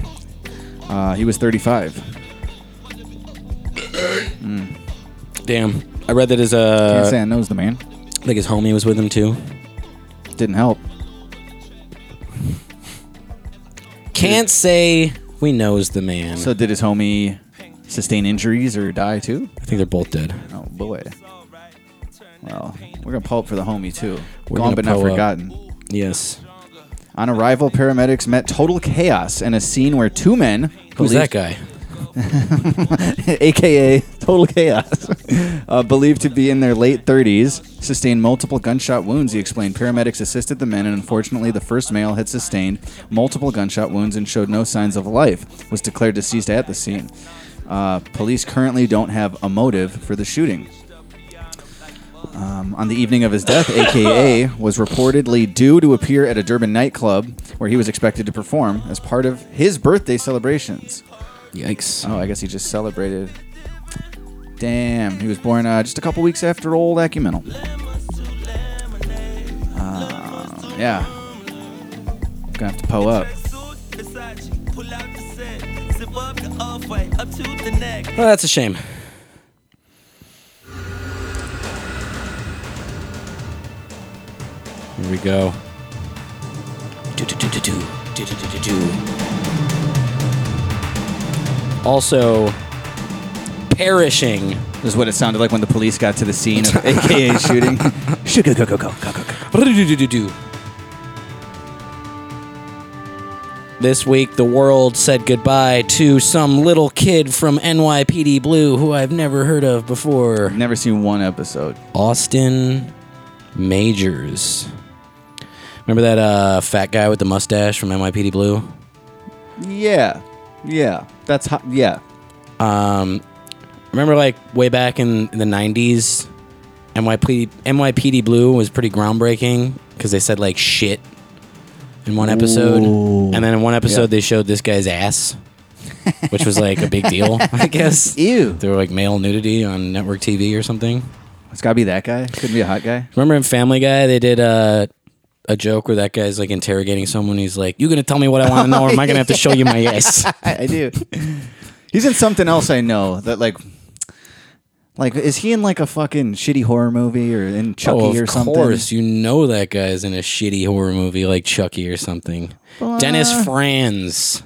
Uh, he was 35. Damn. I read that his Can't uh say I knows the man. like his homie was with him too. Didn't help. Can't say we knows the man. So did his homie sustain injuries or die too? I think they're both dead. Oh boy. Well, we're gonna pull up for the homie too. We're Gone gonna but not pull up. forgotten. Yes. On arrival, paramedics met total chaos in a scene where two men, Who's believed- that guy? (laughs) aka total chaos, (laughs) uh, believed to be in their late 30s, sustained multiple gunshot wounds. He explained paramedics assisted the men, and unfortunately, the first male had sustained multiple gunshot wounds and showed no signs of life. Was declared deceased at the scene. Uh, police currently don't have a motive for the shooting. Um, on the evening of his death, AKA was reportedly due to appear at a Durban nightclub where he was expected to perform as part of his birthday celebrations. Yikes. Oh, I guess he just celebrated. Damn, he was born uh, just a couple weeks after old Acumenal. Um, Uh, yeah. Gonna have to po up. halfway up to the neck. Well, that's a shame. Here we go. Do, do, do, do, do. Do, do, do, do, do. Also, perishing is what it sounded like when the police got to the scene (laughs) of AKA shooting. Shoo, go, go, go, go, go, go. Ba-da-do-do-do-do. This week, the world said goodbye to some little kid from NYPD Blue who I've never heard of before. Never seen one episode. Austin Majors. Remember that uh, fat guy with the mustache from NYPD Blue? Yeah, yeah, that's hot. Yeah, Um, remember, like way back in the '90s, NYPD NYPD Blue was pretty groundbreaking because they said like shit in one episode, and then in one episode Yeah. they showed this guy's ass, which was like a big deal, I guess. Ew. They were like male nudity on network TV or something. it's gotta be that guy. Couldn't be a hot guy. Remember in Family Guy they did uh, a joke where that guy's like interrogating someone. He's like, "You gonna tell me what I want to know, or am I gonna have to show you my ass?" I, I do. (laughs) He's in something else I know that like, like is he in like a fucking shitty horror movie or in Chucky oh, of or something? course, you know that guy's in a shitty horror movie like Chucky or something. Dennis Franz.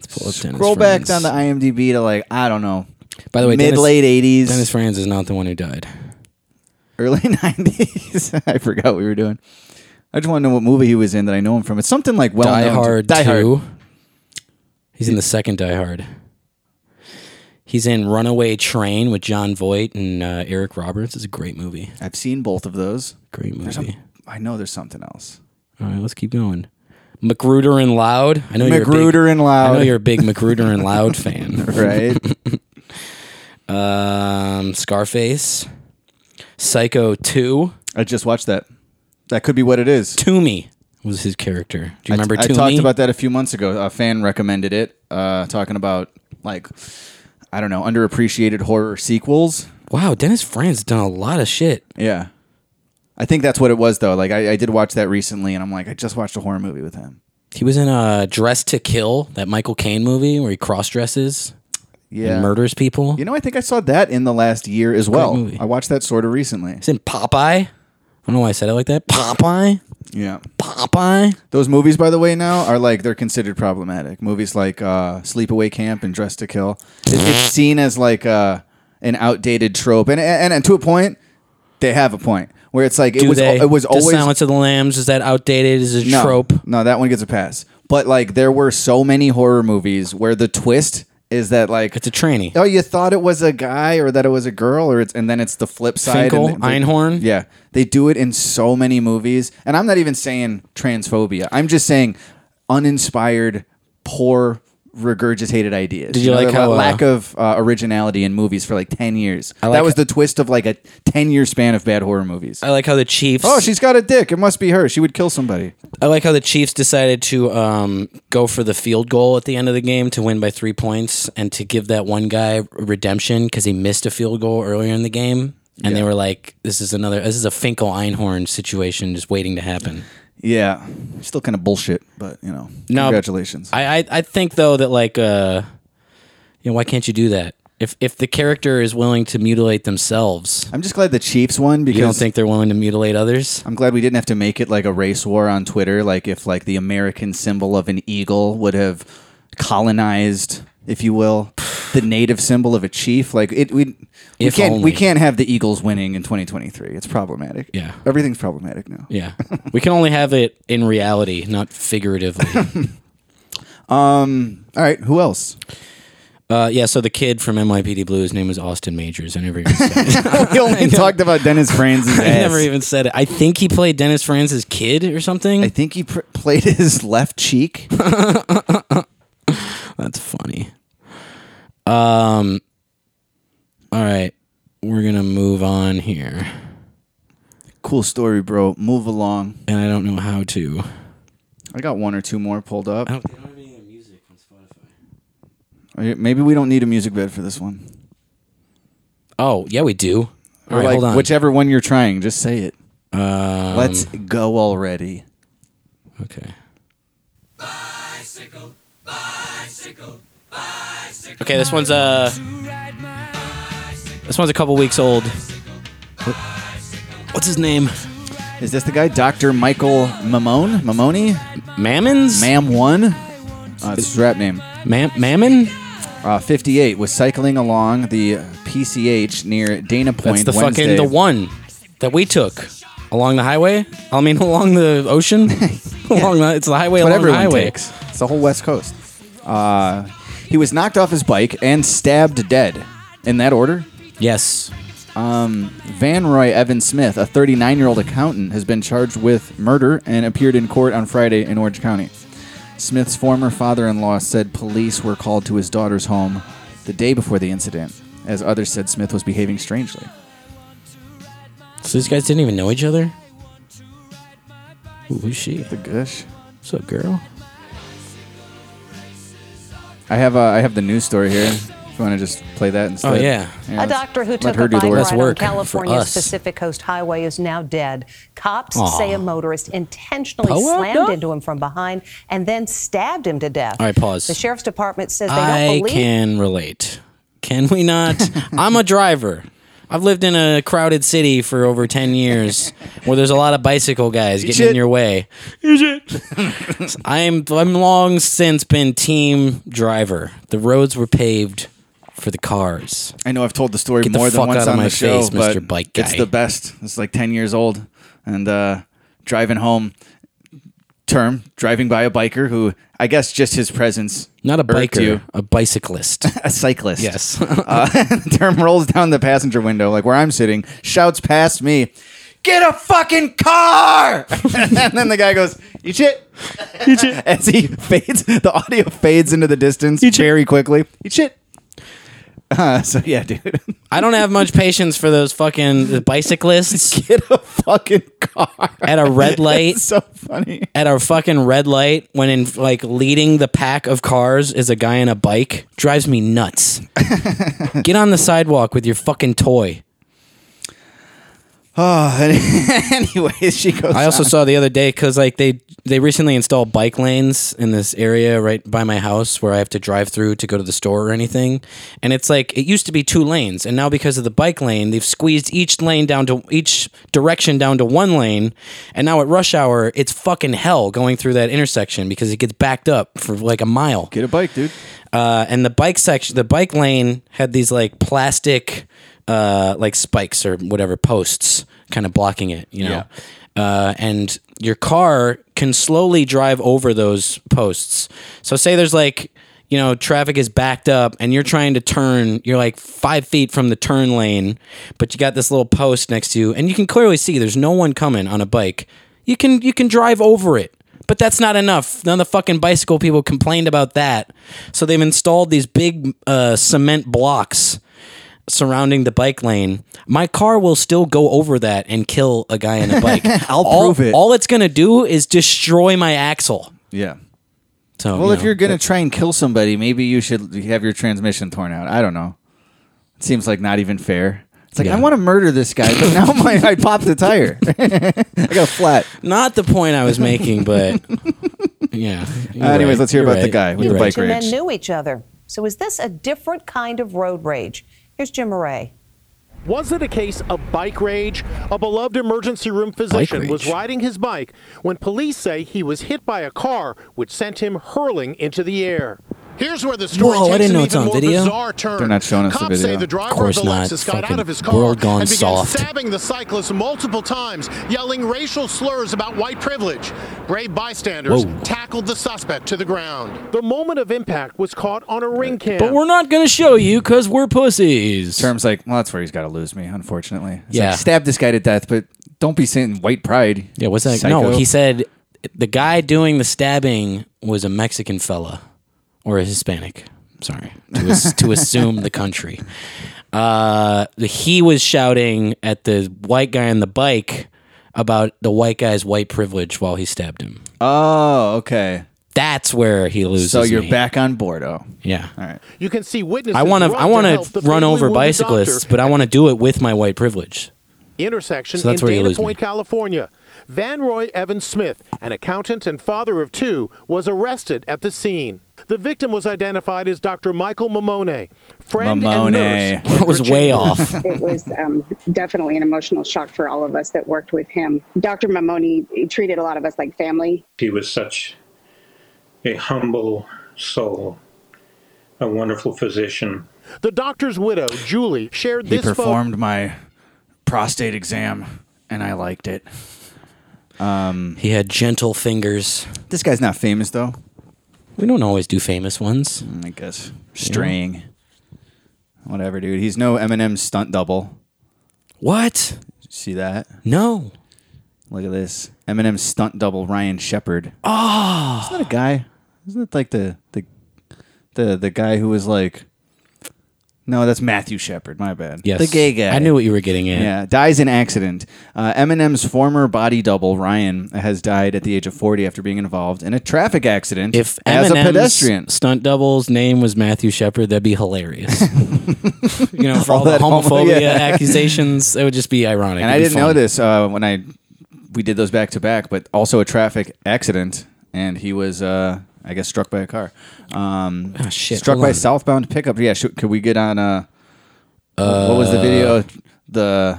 Let's pull up Dennis uh, Scroll back down Franz. to IMDb to like I don't know. By the way, mid Dennis- late eighties, Dennis Franz is not the one who died. early (laughs) nineties. I forgot what we were doing. I just want to know what movie he was in that I know him from. It's something like well Die known to- Hard Die Hard. 2. He's in the second Die Hard. He's in Runaway Train with John Voight and uh, Eric Roberts. It's a great movie. I've seen both of those. Great movie. There's some- I know there's something else. All right, let's keep going. Magruder and Loud. I know you're a big- Magruder and Loud. I know you're a big Magruder and Loud (laughs) fan, (laughs) Right? Um, Scarface, Psycho Two, I just watched that. That could be what it is. Toomey was his character. Do you remember I, I Toomey? talked about that a few months ago. A fan recommended it, uh, talking about like I don't know underappreciated horror sequels. wow, Dennis Franz done a lot of shit. Yeah, I think that's what it was though. Like I, I did watch that recently, and I'm like, I just watched a horror movie with him. He was in uh, Dress to Kill, that Michael Caine movie where he cross dresses Yeah, and murders people. You know, I think I saw that in the last year as well. movie. I watched that sort of recently. He's in Popeye. I don't know why I said it (laughs) like that. Popeye, Yeah, Popeye. those movies, by the way, now are like they're considered problematic. Movies like uh, Sleepaway Camp and Dress to Kill, it, it's seen as like uh, an outdated trope, and, and and to a point, they have a point where it's like it Do was they? it was The always Silence of the Lambs. Is that outdated? Is it a no, trope? No, that one gets a pass. But like there were so many horror movies where the twist is that like It's a tranny. Oh, you thought it was a guy or that it was a girl, or it's and then it's the flip side. Finkel, and they- Einhorn? Yeah, they do it in so many movies, and I'm not even saying transphobia. I'm just saying uninspired, poor, regurgitated ideas. Did you like the how, la- uh, lack of uh, originality in movies for like ten years? I that like- was the twist of like a ten year span of bad horror movies. I like how the Chiefs. Oh, she's got a dick. It must be her. She would kill somebody. I like how the Chiefs decided to um, go for the field goal at the end of the game to win by three points and to give that one guy redemption because he missed a field goal earlier in the game. And they were like, "This is another. This is a Finkel Einhorn situation, just waiting to happen." Yeah, still kind of bullshit, but you know, No, congratulations. I I, I think though that like, uh, you know, why can't you do that? If if the character is willing to mutilate themselves, I'm just glad the Chiefs won because you don't think they're willing to mutilate others? I'm glad we didn't have to make it like a race war on Twitter. Like if like the American symbol of an eagle would have colonized, if you will, the native symbol of a chief. Like it, we we If can't we only. can't have the Eagles winning in 2023. It's problematic. Yeah. everything's problematic now. Yeah, we can only have it in reality, not figuratively. All right, who (laughs) else? (laughs) Uh, yeah, so the kid from NYPD Blue, his name was Austin Majors. I never even said it. we only talked about Dennis Franz's ass. (laughs) I never even said it. I think he played Dennis Franz's kid or something. I think he pr- played his (laughs) left cheek. That's funny. Um, all right, we're gonna move on here, cool story, bro. Move along. and I don't know how to. I got one or two more pulled up. I don't, they don't have any music on Spotify. Okay, Maybe we don't need a music bed for this one. Oh yeah, we do. All right, Or, like, hold on. Um, Whichever one you're trying, just say it. Let's go already. okay. Okay, this one's uh This one's a couple weeks old. What's his name? Is this the guy, Dr. Michael Mamone? Mamoni? Mammons? Mam One? Uh, it's his rap name. Mam- Mammon? Uh, 58 was cycling along the PCH near Dana That's Point the Wednesday. fucking the one that we took along the highway. I mean, (laughs) along the (laughs) ocean. along the, it's the highway It's what along the everyone highway. takes. It's the whole West Coast. Uh, he was knocked off his bike and stabbed dead. In that order? Yes. Um, Van Roy Evan Smith, a 39 year old accountant, has been charged with murder and appeared in court on Friday in Orange County. Smith's former father in law said police were called to his daughter's home the day before the incident, as others said Smith was behaving strangely. So these guys didn't even know each other. Ooh, who's she? The gush. What's up, girl? I have uh, I have the news story here. If you want to just play that instead. Oh, yeah. A let's doctor who let took her a do the bike work. ride on California's Pacific Coast Highway is now dead. Cops Aw. say a motorist intentionally Power slammed dog? into him from behind and then stabbed him to death. All right, pause. The sheriff's department says they I don't believe can relate. Can we not? (laughs) I'm a driver. I've lived in a crowded city for over 10 years where there's a lot of bicycle guys getting in it. your way. (laughs) I'm I'm long since been team driver. The roads were paved for the cars. I know I've told the story Get the more than fuck once out of on my the show, face, but Mr. Bike Guy. it's the best. It's like ten years old, and uh, driving home. Term driving by a biker who I guess just his presence, not a irked biker, you. a bicyclist, (laughs) a cyclist. (laughs) Yes. uh, term rolls down the passenger window, like where I'm sitting, shouts past me, "Get a fucking car!" (laughs) and then the guy goes, "You shit." (laughs) As he fades, the audio fades into the distance very quickly. Eat shit. (laughs) Uh, so yeah, dude. I don't have much patience for those fucking (laughs) the bicyclists. Get a fucking (laughs) car at a red light. It's so funny. At a fucking red light, when in like leading the pack of cars is a guy on a bike, drives me nuts. Get on the sidewalk with your fucking toy. Oh, (laughs) anyways, she goes. I also on. saw the other day because like they they recently installed bike lanes in this area right by my house where I have to drive through to go to the store or anything, and it's like it used to be two lanes, and now because of the bike lane, they've squeezed each lane down to each direction down to one lane, and now at rush hour, it's fucking hell going through that intersection because it gets backed up for like a mile. Get a bike, dude. Uh, and the bike section, the bike lane had these like plastic, uh, like spikes or whatever posts, kind of blocking it, you know. Uh, and your car can slowly drive over those posts. So say there's like, you know, traffic is backed up, and you're trying to turn. You're like five feet from the turn lane, but you got this little post next to you, and you can clearly see there's no one coming on a bike. You can you can drive over it. But that's not enough. None of the fucking bicycle people complained about that. So they've installed these big uh, cement blocks surrounding the bike lane. My car will still go over that and kill a guy on a bike. (laughs) I'll all, prove it. All it's going to do is destroy my axle. Yeah. So, well, you if know, you're gonna try and kill somebody, maybe you should have your transmission torn out. I don't know. It seems like not even fair. It's like Yeah. I want to murder this guy, but now (laughs) my I popped the tire. (laughs) I got a flat. Not the point I was (laughs) making, but yeah. you're anyways, right. let's hear You're about the right. guy with You're the right. bike two men knew each other. So is this a different kind of road rage? Here's Jim Murray. Was it a case of bike rage? A beloved emergency room physician was rage. riding his bike when police say he was hit by a car, which sent him hurling into the air. Here's where the story Whoa, I takes didn't an know it's even on more video. bizarre turn. They're not showing us the Cops say video. the Of driver of, course the not. Lexus got out Fucking of his car world gone and began soft. stabbing the cyclist multiple times, yelling racial slurs about white privilege. Brave bystanders Whoa. tackled the suspect to the ground. The moment of impact was caught on a ring cam. But we're not going to show you because we're pussies. Terms like, well, that's where he's got to lose me, unfortunately. It's Yeah. like, stab this guy to death, but don't be saying white pride. Yeah, what's that? No, he said the guy doing the stabbing was a Mexican fella or a Hispanic. Sorry to, (laughs) as- to assume the country. Uh, he was shouting at the white guy on the bike about the white guy's white privilege while he stabbed him. Oh, okay. That's where he loses. So you're me. back on board, oh. Yeah. All right. You can see witnesses. I want to. run I want help to the run fatally over wounded bicyclists, doctor but I want to do it with my white privilege. intersection So that's in where you Dana lose me. Point, California. Van Roy Evans Smith, an accountant and father of two, was arrested at the scene. The victim was identified as Dr. Michael Mamone, friend and Mamone. nurse. (laughs) That was way off. it was um, definitely an emotional shock for all of us that worked with him. Dr. Mamoni treated a lot of us like family. He was such a humble soul, a wonderful physician. (laughs) The doctor's widow, Julie, shared He this photo. performed my prostate exam, and I liked it. Um, he had gentle fingers. This guy's not famous though. We don't always do famous ones. Mm, I guess straying. Whatever, dude. He's no Eminem stunt double. What? See that? No. Look at this. Eminem stunt double Ryan Shepard. Oh. Isn't that a guy? Isn't that like the the the the guy who was like No, that's Matthew Shepard, my bad. Yes. The gay guy. I knew what you were getting at. Yeah, dies in accident. Uh, Eminem's former body double Ryan has died at the age of 40 after being involved in a traffic accident If as a Eminem's pedestrian. stunt double's name was Matthew Shepard, that'd (laughs) be hilarious. you know, for all, All the that homo- homophobia yeah. accusations, it would just be ironic. And I It'd be didn't know fun. this uh, when I we did those back to back, but also a traffic accident, and he was uh, I guess struck by a car. Um, Ah, shit, Struck hold by on. southbound pickup. Yeah, should, could we get on? Uh, what Uh, was the video? The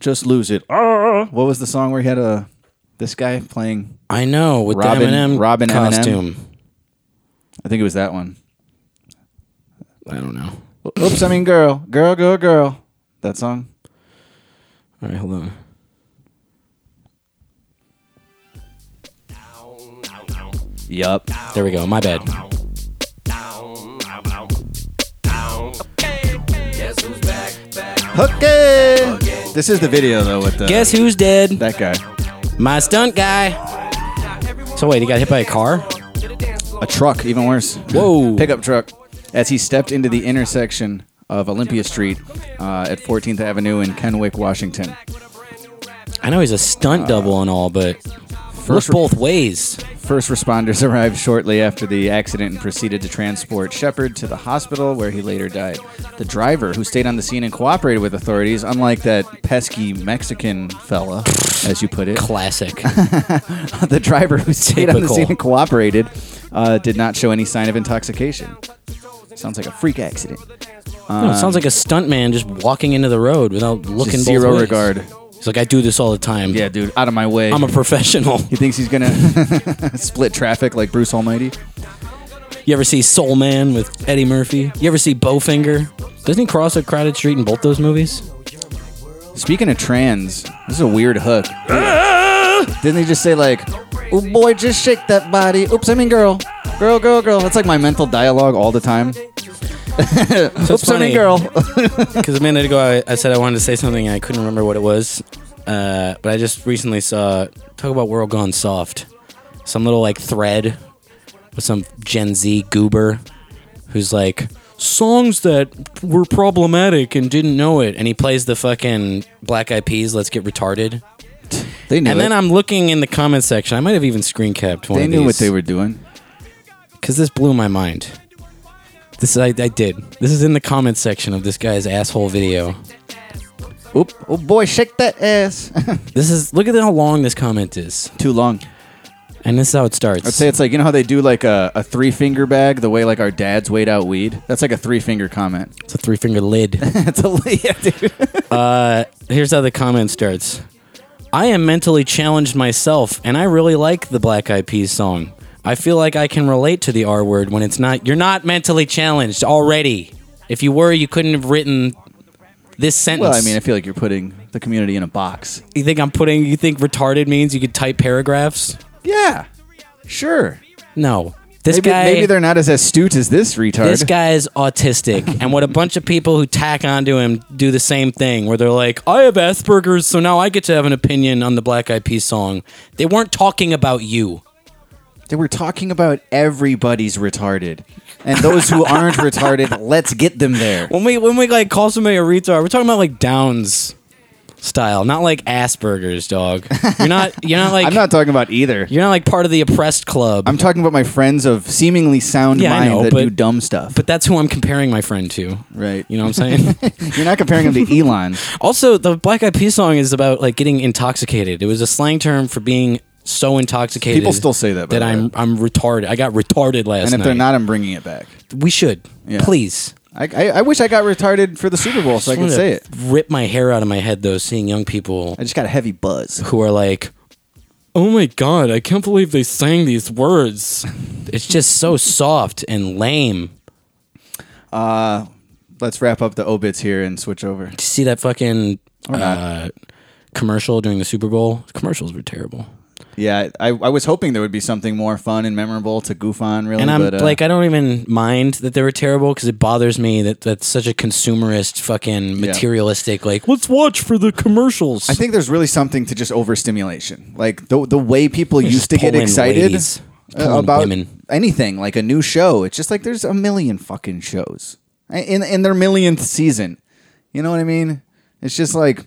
just lose it. Ah! What was the song where he had a this guy playing? I know with Robin, the Eminem Robin Eminem? costume. I think it was that one. I don't know. Oops, I mean girl, girl, girl, girl. That song. All right, hold on. Yup. There we go. My bad. Okay. This is the video though with the Guess who's dead? That guy. My stunt guy. So wait, he got hit by a car? A truck, even worse. Whoa. Pickup truck. As he stepped into the intersection of Olympia Street uh, at 14th Avenue in Kenwick, Washington. I know he's a stunt double and all, but First look both ways. First responders (laughs) arrived shortly after the accident and proceeded to transport Shepard to the hospital where he later died. The driver, who stayed on the scene and cooperated with authorities, unlike that pesky Mexican fella, as you put it. (laughs) Classic. the driver who stayed on the Typical. scene and cooperated uh, did not show any sign of intoxication. Sounds like a freak accident. No, Oh, it sounds Um, like a stuntman just walking into the road without looking both zero ways. regard. He's like, I do this all the time. Yeah, dude, out of my way. I'm a professional. (laughs) He thinks he's gonna (laughs) split traffic like Bruce Almighty. You ever see Soul Man with Eddie Murphy? You ever see Bowfinger? Doesn't he cross a crowded street in both those movies? Speaking of trans, this is a weird hook. Didn't they just say like, "Oh boy, just shake that body." Oops, I mean girl, girl, girl, girl. That's like my mental dialogue all the time. Oops, I mean girl. Because a minute ago I, I said I wanted to say something and I couldn't remember what it was. Uh, but I just recently saw talk about World Gone Soft. Some little like thread with some Gen Z goober who's like songs that were problematic and didn't know it, and he plays the fucking Black Eyed Peas. Let's get retarded. They knew And then it. I'm looking in the comment section. I might have even screen capped one. They of knew what these. they were doing. Because this blew my mind. This I, I did. This is in the comment section of this guy's asshole video. Oop! Oh boy, shake that ass. (laughs) This is look at how long this comment is. Too long. And this is how it starts. I'd say it's like you know how they do like a, a three finger bag the way like our dads weighed out weed. That's like a three finger comment. (laughs) It's a three finger lid. it's a lid, dude. uh, here's how the comment starts. I am mentally challenged myself, and I really like the Black Eyed Peas song. I feel like I can relate to the R word when it's not. You're not mentally challenged already. If you were, you couldn't have written this sentence. Well, I mean, I feel like you're putting the community in a box. You think I'm putting? You think retarded means you could type paragraphs? Yeah, sure. No, this maybe, guy. Maybe they're not as astute as this retard. This guy is autistic, and what a bunch of people who tack onto him do the same thing, where they're like, "I have Asperger's, so now I get to have an opinion on the Black Eyed Peas song." They weren't talking about you. They were talking about everybody's retarded, and those who (laughs) aren't retarded, let's get them there. When we when we like call somebody a retard, we're talking about like Downs style, not like Asperger's, dog. You're not you're (laughs) not like I'm not talking about either. You're not like part of the oppressed club. I'm talking about my friends of seemingly sound Yeah, I mind know, that but- do dumb stuff. But that's who I'm comparing my friend to. Right. You know what I'm (laughs) saying? You're not comparing him (laughs) to Elon. Also, the Black Eyed Peas song is about like getting intoxicated. It was a slang term for being so intoxicated. People still say that, by That the way. I'm I'm retarded. I got retarded last and if night. they're not, I'm bringing it back. we should please. I, I, I wish I got retarded for the Super Bowl so I could wanted say to it. Rip my hair out of my head though, seeing young people. I just got a heavy buzz. Who are like, oh my god, I can't believe they sang these words. it's just so soft and lame. Uh, let's wrap up the obits here and switch over. Did you see that fucking Or not. uh, commercial during the Super Bowl? Commercials were terrible. Yeah, I, I was hoping there would be something more fun and memorable to goof on, really. and I'm but, uh, like, I don't even mind that they were terrible because it bothers me that that's such a consumerist, fucking materialistic. Like, let's watch for the commercials. I think there's really something to just overstimulation. Like the the way people They're used just to get pulling excited ladies, uh, pulling about women. anything, like a new show. It's just like there's a million fucking shows in in their millionth season. You know what I mean? It's just like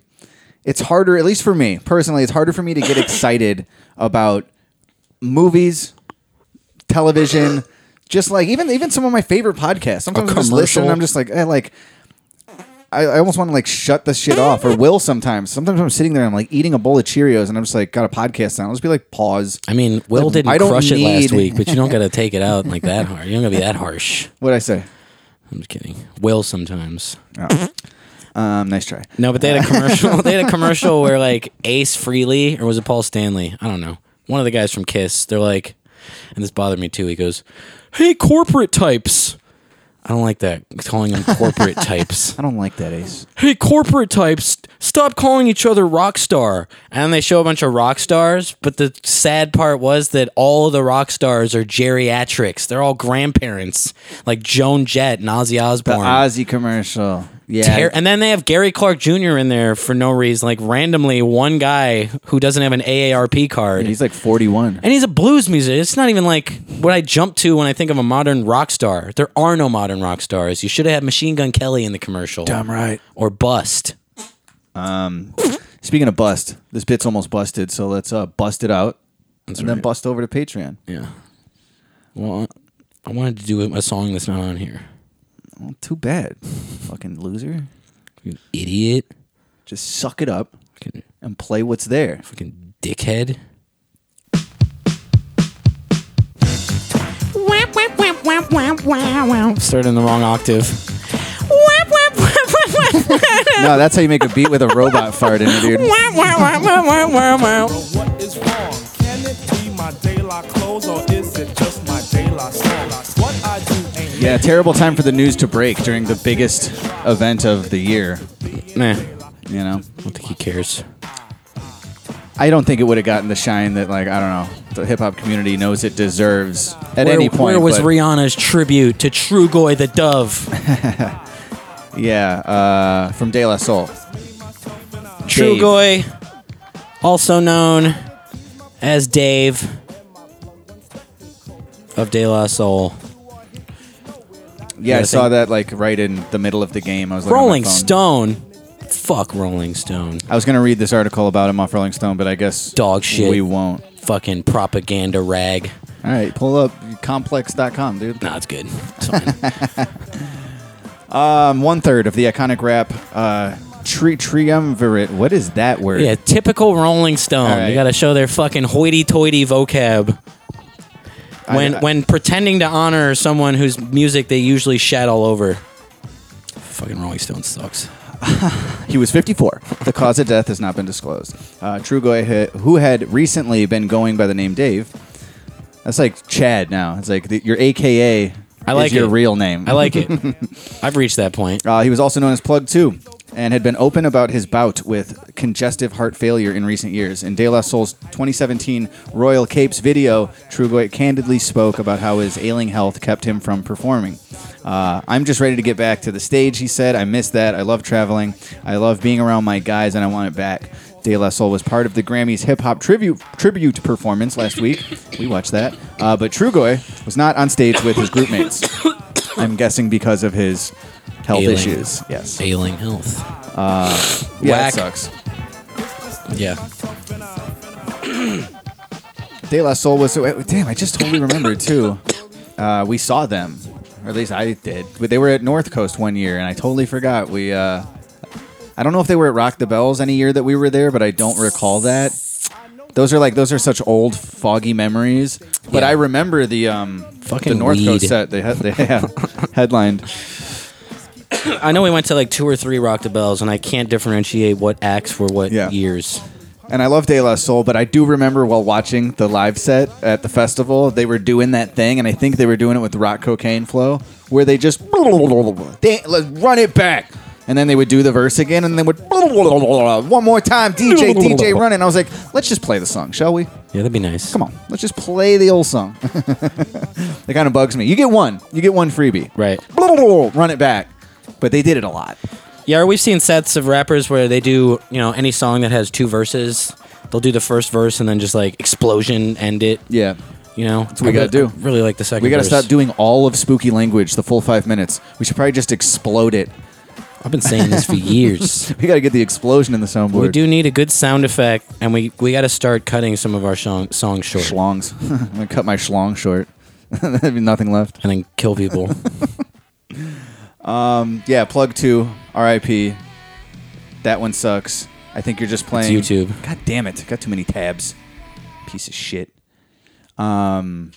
it's harder, at least for me personally. It's harder for me to get excited about movies, television. Just like even even some of my favorite podcasts. Sometimes I just listen. And commercial. I'm just like, eh, like I, I almost want to like shut the shit off or will sometimes. Sometimes I'm sitting there, I'm like eating a bowl of Cheerios and I'm just like, got a podcast on. I'll just be like, pause. I mean, Will Like, didn't I don't crush it need- last week, but you don't got to take it out like that hard. You don't got to be that harsh. What'd I say? I'm just kidding. Will sometimes. Um, nice try. No, but they had a commercial. (laughs) they had a commercial where like Ace Freely or was it Paul Stanley? I don't know. One of the guys from Kiss. They're like, and this bothered me too. He goes, "Hey, corporate types." I don't like that calling them corporate types. I don't like that Ace. Hey, corporate types, stop calling each other rock star. And they show a bunch of rock stars, but the sad part was that all of the rock stars are geriatrics. They're all grandparents, like Joan Jett and Ozzy The Osbourne. Ozzy commercial. Yeah. Ter- and then they have Gary Clark Jr. in there for no reason. Like randomly, one guy who doesn't have an AARP card. he's like 41. And he's a blues music. It's not even like what I jump to when I think of a modern rock star. There are no modern rock stars. You should have had Machine Gun Kelly in the commercial. Damn right. Or Bust. Um, speaking of bust, this bit's almost busted, so let's uh bust it out and then right. bust over to Patreon. Yeah. Well, I wanted to do a song that's not on here. Well, too bad, fucking loser. You idiot. Just suck it up and play what's there. Fucking dickhead. Wow, wow, wow, wow, wow, wow, wow. Started in the wrong octave. Wow, wow, wow, wow, wow, wow. (laughs) No, that's how you make a beat with a robot fart in it, (laughs) dude. Wow, wow, wow, wow, wow, wow, wow. What is wrong? Can it be my de la clothes or is it just my de la soul? What I do ain't Yeah, terrible time for the news to break during the biggest event of the year. Nah. You know? I don't think he cares. I don't think it would have gotten the shine that, like, I don't know, the hip hop community knows it deserves at Where- any point. Where was but- Rihanna's tribute to Trugoy the Dove? Yeah, uh, from De La Soul. Trugoy, also known as Dave of De La Soul. Yeah, Yeah, I I saw think- that, like, right in the middle of the game. I was looking at my Rolling phone. Stone. Fuck Rolling Stone. I was going to read this article about him off Rolling Stone, but I guess Dog shit. we won't. Fucking propaganda rag. All right, pull up complex.com, dude. Nah, it's good. um, one third of the iconic rap uh, tri- triumvirate. What is that word? Yeah, typical Rolling Stone. All right. You got to show their fucking hoity-toity vocab. I- When I- when pretending to honor someone whose music they usually shat all over. Fucking Rolling Stone sucks. He was 54. The cause of death has not been disclosed. Uh, Trugoy, ha- who had recently been going by the name Dave, that's like Chad now. It's like the, your AKA I like is your it. real name. (laughs) I like it. I've reached that point. Uh, he was also known as Plug 2 and had been open about his bout with congestive heart failure in recent years. In De La Soul's 2017 Royal Capes video, Trugoy candidly spoke about how his ailing health kept him from performing. Uh, I'm just ready to get back to the stage, he said. I miss that. I love traveling. I love being around my guys, and I want it back. De La Soul was part of the Grammys hip hop tribute tribute performance last week. We watched that. Uh, but Trugoy was not on stage with his groupmates. I'm guessing because of his health Ailing. issues. Yes. Ailing health. Uh, yeah, Whack. that sucks. Yeah. De La Soul was. uh, Damn, I just totally remembered (coughs) too. Uh, we saw them, or at least I did. But they were at North Coast one year, and I totally forgot. We. Uh, I don't know if they were at Rock the Bells any year that we were there, but I don't recall that. Those are like those are such old foggy memories. But I remember the um Fucking the North Coast weed. set they had they (laughs) (laughs) had headlined. I know we went to like two or three Rock the Bells, and I can't differentiate what acts were what years. And I love De La Soul, but I do remember while watching the live set at the festival, they were doing that thing, and I think they were doing it with Rock Cocaine Flow, where they just (laughs) "Dan- let's run it back, and then they would do the verse again, and they would (laughs) one more time, DJ, DJ, run it. And I was like, let's just play the song, shall we? Yeah, that'd be nice. Come on, let's just play the old song. (laughs) It kind of bugs me. You get one, you get one freebie, right? (laughs) Run it back, but they did it a lot. Yeah, or we've seen sets of rappers where they do, you know, any song that has two verses, they'll do the first verse and then just like explosion, end it. Yeah. You know, That's what we I gotta re- do. I really like the second. We gotta verse. stop doing all of spooky language, the full five minutes. We should probably just explode it. I've been saying this (laughs) for years. we gotta get the explosion in the soundboard. We do need a good sound effect, and we we got to start cutting some of our song, songs short. Schlongs. (laughs) I'm gonna cut my schlong short. (laughs) There'd be nothing left. And then (laughs) kill people. um, yeah, plug two, RIP. That one sucks. I think you're just playing YouTube. God damn it. Got too many tabs. Piece of shit. Um,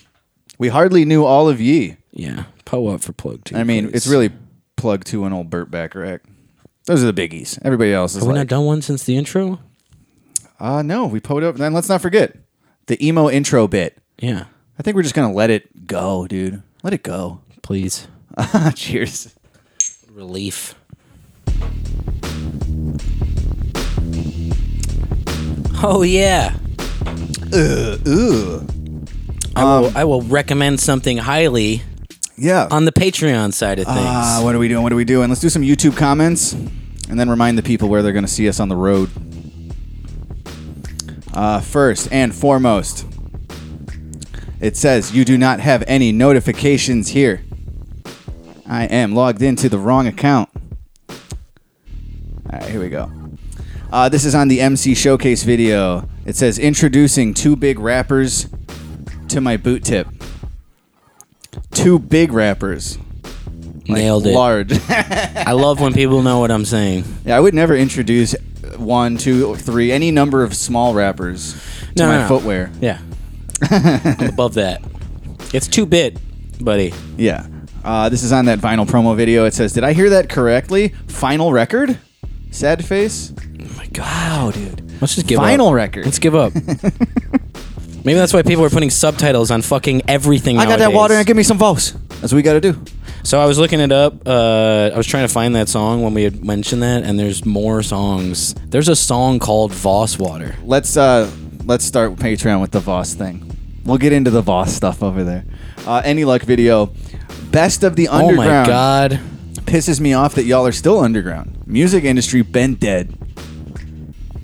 we hardly knew all of ye. Yeah. Poe up for plug two. I mean, please. it's really plug two and old Burt Bacharach. Those are the biggies. Everybody else is Have we like, not done one since the intro? Uh no, we pulled up. Then let's not forget the emo intro bit. Yeah. I think we're just gonna let it go, dude. Let it go. (laughs) Please. Cheers. Relief. Oh yeah. Uh, ooh. Um, I, will, I will recommend something highly. Yeah. On the Patreon side of things. Ah, what are we doing? What are we doing? Let's do some YouTube comments and then remind the people where they're gonna see us on the road. Uh, first and foremost, it says you do not have any notifications here. I am logged into the wrong account. All right, here we go. Uh, this is on the MC Showcase video. It says introducing two big rappers to my boot tip. Two big rappers. Like, Nailed it. (laughs) Large. I love when people know what I'm saying. Yeah, I would never introduce one, two, or three, any number of small rappers to No, my no, no. footwear. Yeah. I'm above that. It's too big, buddy. Yeah. Uh, this is on that vinyl promo video. It says, Did I hear that correctly? Final record? Sad face? Oh my God. Wow, dude. Let's just give up. Vinyl record. Let's (laughs) give up. Maybe that's why people are putting subtitles on fucking everything. I got that nowadays. water and give me some Vos. That's what we got to do. So I was looking it up. Uh, I was trying to find that song when we had mentioned that, and there's more songs. There's a song called Voss Water. Let's uh let's start Patreon with the Voss thing. We'll get into the Voss stuff over there. Uh, any luck video. Best of the Oh my underground. God. Pisses me off that y'all are still underground. Music industry been dead.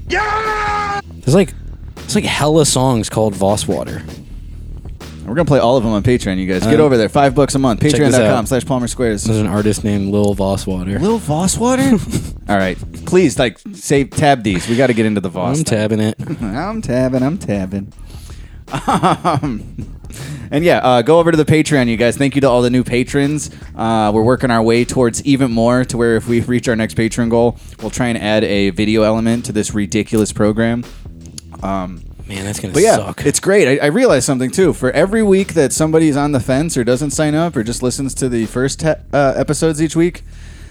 There's like it's like hella songs called Voss Water. We're gonna play all of them on Patreon, you guys. Get Um, over there. Five bucks a month. check this Patreon.com out. slash Palmer Squares. There's an artist named Lil Voss Water. Lil Voss (laughs) Water? all right. Please like save tab these. We gotta get into the Voss. I'm thing. (laughs) tabbing it. I'm tabbing. I'm tabbing. Um, and yeah, uh, go over to the Patreon, you guys. Thank you to all the new patrons. Uh, we're working our way towards even more to where if we reach our next patron goal, we'll try and add a video element to this ridiculous program. Um, Man, that's gonna but yeah, suck. it's great. I, I realized something too. For every week that somebody's on the fence or doesn't sign up or just listens to the first he- uh, episodes each week,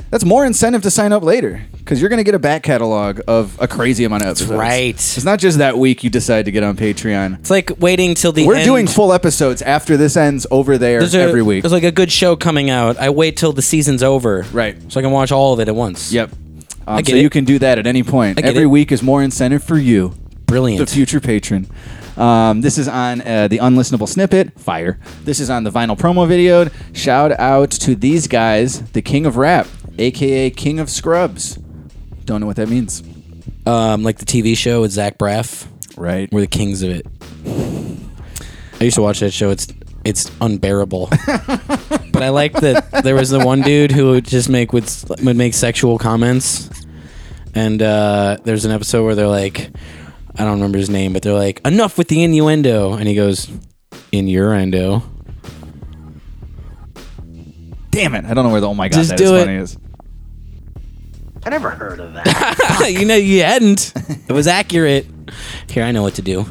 that's more incentive to sign up later because you're going to get a back catalog of a crazy amount of episodes. right. It's not just that week you decide to get on Patreon. It's like waiting till the We're end. doing full episodes after this ends over there there's a- every week. There's like a good show coming out. I wait till the season's over. Right. So I can watch all of it at once. Yep. Um, I get so it. you can do that at any point. I get Every it. week is more incentive for you. Brilliant. The future patron. Um, this is on uh, the unlistenable snippet. Fire. This is on the vinyl promo video. Shout out to these guys, the king of rap, aka king of scrubs. Don't know what that means. Um, like the TV show with Zach Braff. Right. We're the kings of it. I used to watch that show. It's it's unbearable. but I like that there was the one dude who would just make would, would make sexual comments. And uh, there's an episode where they're like, I don't remember his name, but they're like, enough with the innuendo. And he goes, in your (laughs) endo. Damn it! I don't know where the oh my god Just that do is it. funny is. I never heard of that. you know, you hadn't. It was accurate. Here, I know what to do.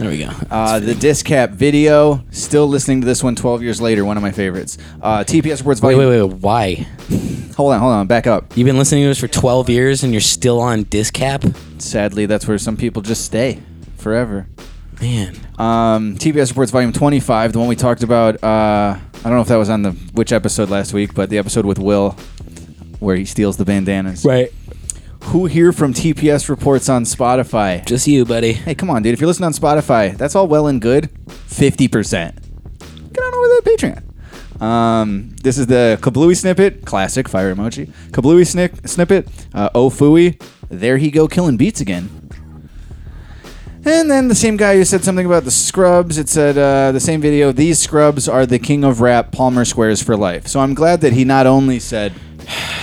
There we go. Uh, the Discap video. Still listening to this one 12 years later. One of my favorites. Uh, TPS Reports Wait, Volume. wait, wait, wait. Why? Hold on, hold on. Back up. You've been listening to us for 12 years and you're still on Discap? Sadly, that's where some people just stay forever. Man. Um, TBS Reports Volume 25, the one we talked about. Uh, I don't know if that was on the which episode last week, but the episode with Will where he steals the bandanas. Right. Who here from TPS Reports on Spotify? Just you, buddy. Hey, come on, dude. If you're listening on Spotify, that's all well and good. 50%. Get on over to Patreon. Um, this is the Kablooey snippet, classic fire emoji. Kablooey snick, snippet, uh, oh fooey, there he go killing beats again. And then the same guy who said something about the scrubs, it said uh, the same video, these scrubs are the king of rap, Palmer Squares for life. So I'm glad that he not only said,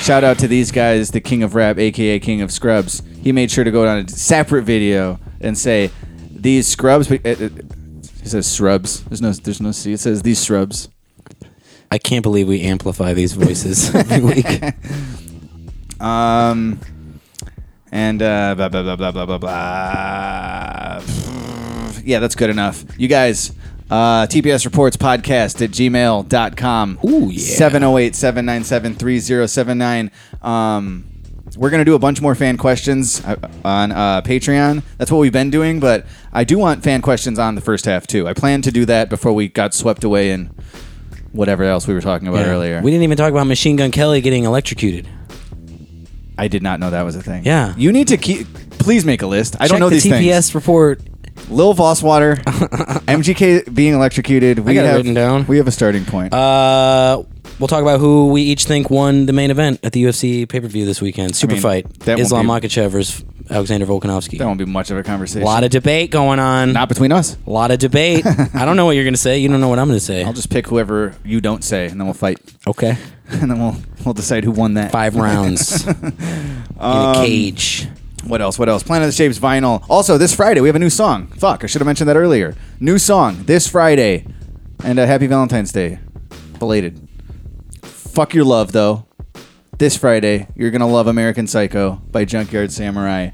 shout out to these guys, the king of rap, aka king of scrubs, he made sure to go down a separate video and say, these scrubs, but it, it, he says shrubs. There's no, there's no C. It says these shrubs. I can't believe we amplify these (laughs) voices every week. (laughs) Um, and uh, blah blah blah blah blah blah blah. Yeah, that's good enough. You guys, uh, TPS reports podcast at gmail.com. Ooh, yeah. 708 797 3079. Um, we're going to do a bunch more fan questions uh, on uh, Patreon. That's what we've been doing, but I do want fan questions on the first half, too. I planned to do that before we got swept away in whatever else we were talking about Yeah. earlier. We didn't even talk about Machine Gun Kelly getting electrocuted. I did not know that was a thing. Yeah. You need to keep. Please make a list. I Check don't know the these TPS things. report. Lil Vosswater, (laughs) MGK being electrocuted. We got it have written down. We have a starting point. Uh, we'll talk about who we each think won the main event at the UFC pay per view this weekend. Super mean, fight. that won't Islam be- Makhachev versus Alexander Volkanovski. that won't be much of a A conversation. lot of debate going on. Not between us. A lot (laughs) of debate. I don't know what you're going to say. You don't know what I'm going to say. I'll just pick whoever you don't say, and then we'll fight, (laughs) Okay. and then we'll we'll decide who won that. (laughs) Five rounds. Um, in a cage. What else? What else? Planet of the Shapes vinyl. Also, this Friday we have a new song. Fuck, I should have mentioned that earlier. New song this Friday, and uh, Happy Valentine's Day, belated. Fuck your love though. This Friday you're gonna love American Psycho by Junkyard Samurai.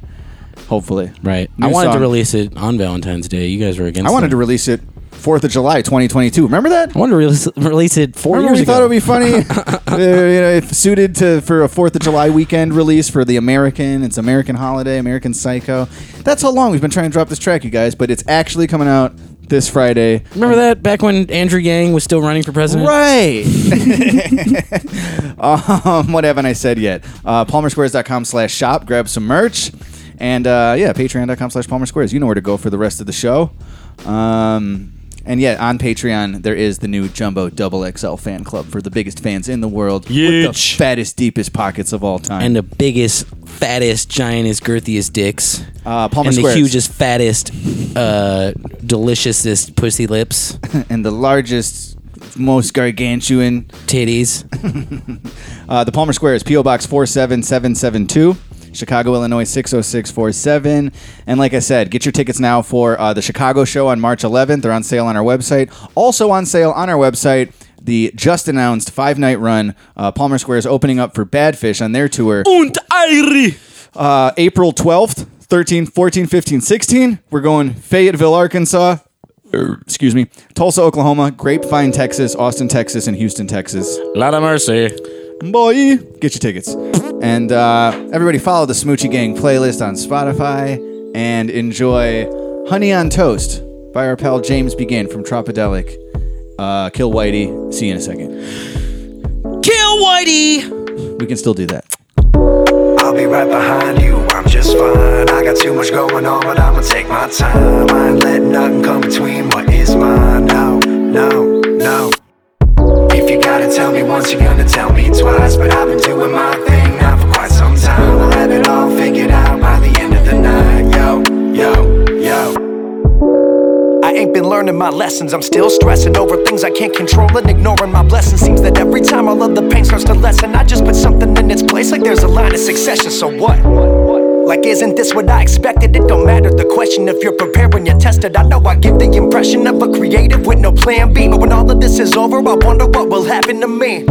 Hopefully, Right. New I wanted song. to release it on Valentine's Day. You guys were against. I wanted it. to release it Fourth of July 2022. Remember that? I wanted to release, release it four Remember years we ago. thought it would be funny, (laughs) uh, you know, if suited to for a Fourth of July weekend release for the American. It's American Holiday, American Psycho. That's how long we've been trying to drop this track, you guys. But it's actually coming out this Friday. Remember that back when Andrew Yang was still running for president? Right. (laughs) um, what haven't I said yet? Uh, palmersquares.com slash shop. Grab some merch. And uh, yeah, patreon.com slash palmersquares. You know where to go for the rest of the show. Um, and yeah, on Patreon, there is the new Jumbo Double XL fan club for the biggest fans in the world. With the fattest, deepest pockets of all time. And the biggest, fattest, giantest, girthiest dicks. Uh, Palmer and Squares. the hugest, fattest, uh, deliciousest pussy lips. (laughs) and the largest, most gargantuan titties. uh, the Palmer Square is PO Box 47772. Chicago, Illinois 60647. And like I said, get your tickets now for uh, the Chicago show on March 11th. They're on sale on our website. Also on sale on our website, the just announced five night run. Uh, Palmer Square is opening up for Badfish on their tour. Und Airy. Uh, April 12th, 13, 14, 15, 16. We're going Fayetteville, Arkansas. er, Excuse me. Tulsa, Oklahoma. Grapevine, Texas. Austin, Texas. And Houston, Texas. Lot of mercy. Boy, get your tickets. And uh, everybody follow the Smoochie Gang playlist on Spotify and enjoy Honey on Toast by our pal James Begin from Tropodelic. Uh, kill Whitey. See you in a second. Kill Whitey. We can still do that. I'll be right behind you, I'm just fine. I got too much going on, but I'ma take my time. I ain't letting nothing come between what is mine. No, no, no. If you gotta tell me once, you're gonna tell me twice. But I've been doing my thing now for quite some time. I'll have it all figured out by the end of the night. Yo, yo, yo. I ain't been learning my lessons. I'm still stressing over things I can't control and ignoring my blessings. Seems that every time all of the pain starts to lessen, I just put something in its place like there's a line of succession. So what? Like, isn't this what I expected? It don't matter the question if you're prepared when you're tested. I know I give the impression of a creative with no plan B. But when all of this is over, I wonder what will happen to me.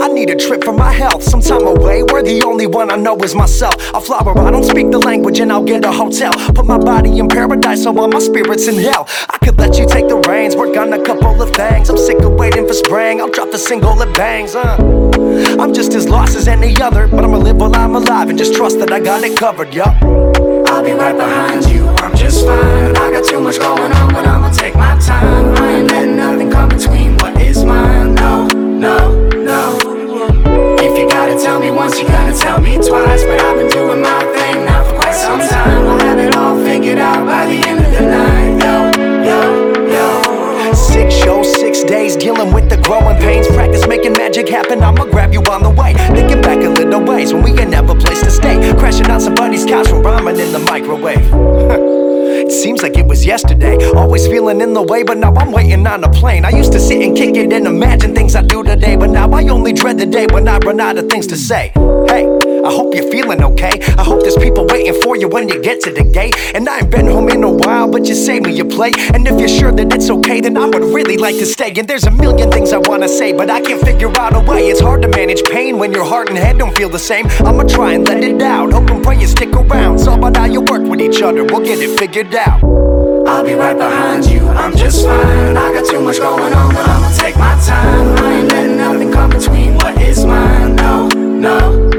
I need a trip for my health, some time away where where the only one I know is myself. I flower, I don't speak the language, and I'll get a hotel. Put my body in paradise, so all my spirits in hell. I could let you take the reins, work on a couple of things. I'm sick of waiting for spring. I'll drop the single that bangs. Uh. I'm just as lost as any other, but I'ma live while I'm alive and just trust that I got it covered, yup. I'll be right behind you, I'm just fine. I got too much going on, but I'ma take my time. I ain't letting nothing come between what is mine. No, no, no. If you gotta tell me once, you gotta tell me twice. But I've been doing my thing now for quite some time. I'll have it all figured out by the end of the night. Yo, yo, yo. Six shows, six days, dealing with the growing pains. Practice making magic happen, I'ma grab you on the way. Thinking back a little ways when we ain't have a place to stay. Crashing on somebody's couch with ramen in the microwave. (laughs) it seems like it was yesterday. Always feeling in the way, but now I'm waiting on a plane. I used to sit and kick it and imagine things I do today, but now I only dread the day when I run out of things to say. Hey, I hope you're feeling okay. I hope there's people waiting for you when you get to the gate. And I ain't been home in a while, but you saved me your plate. And if you're sure that it's okay, then I would really like to stay. And there's a million things I wanna say, but I can't figure out a way. It's hard to manage pain when your heart and head don't feel the same. I'ma try and let it out. Hope and pray you stick around. It's all about how you work with each other. We'll get it figured out. I'll be right behind you, I'm just fine. I got too much going on, but I'ma take my time. I ain't letting nothing come between what is mine. No, no,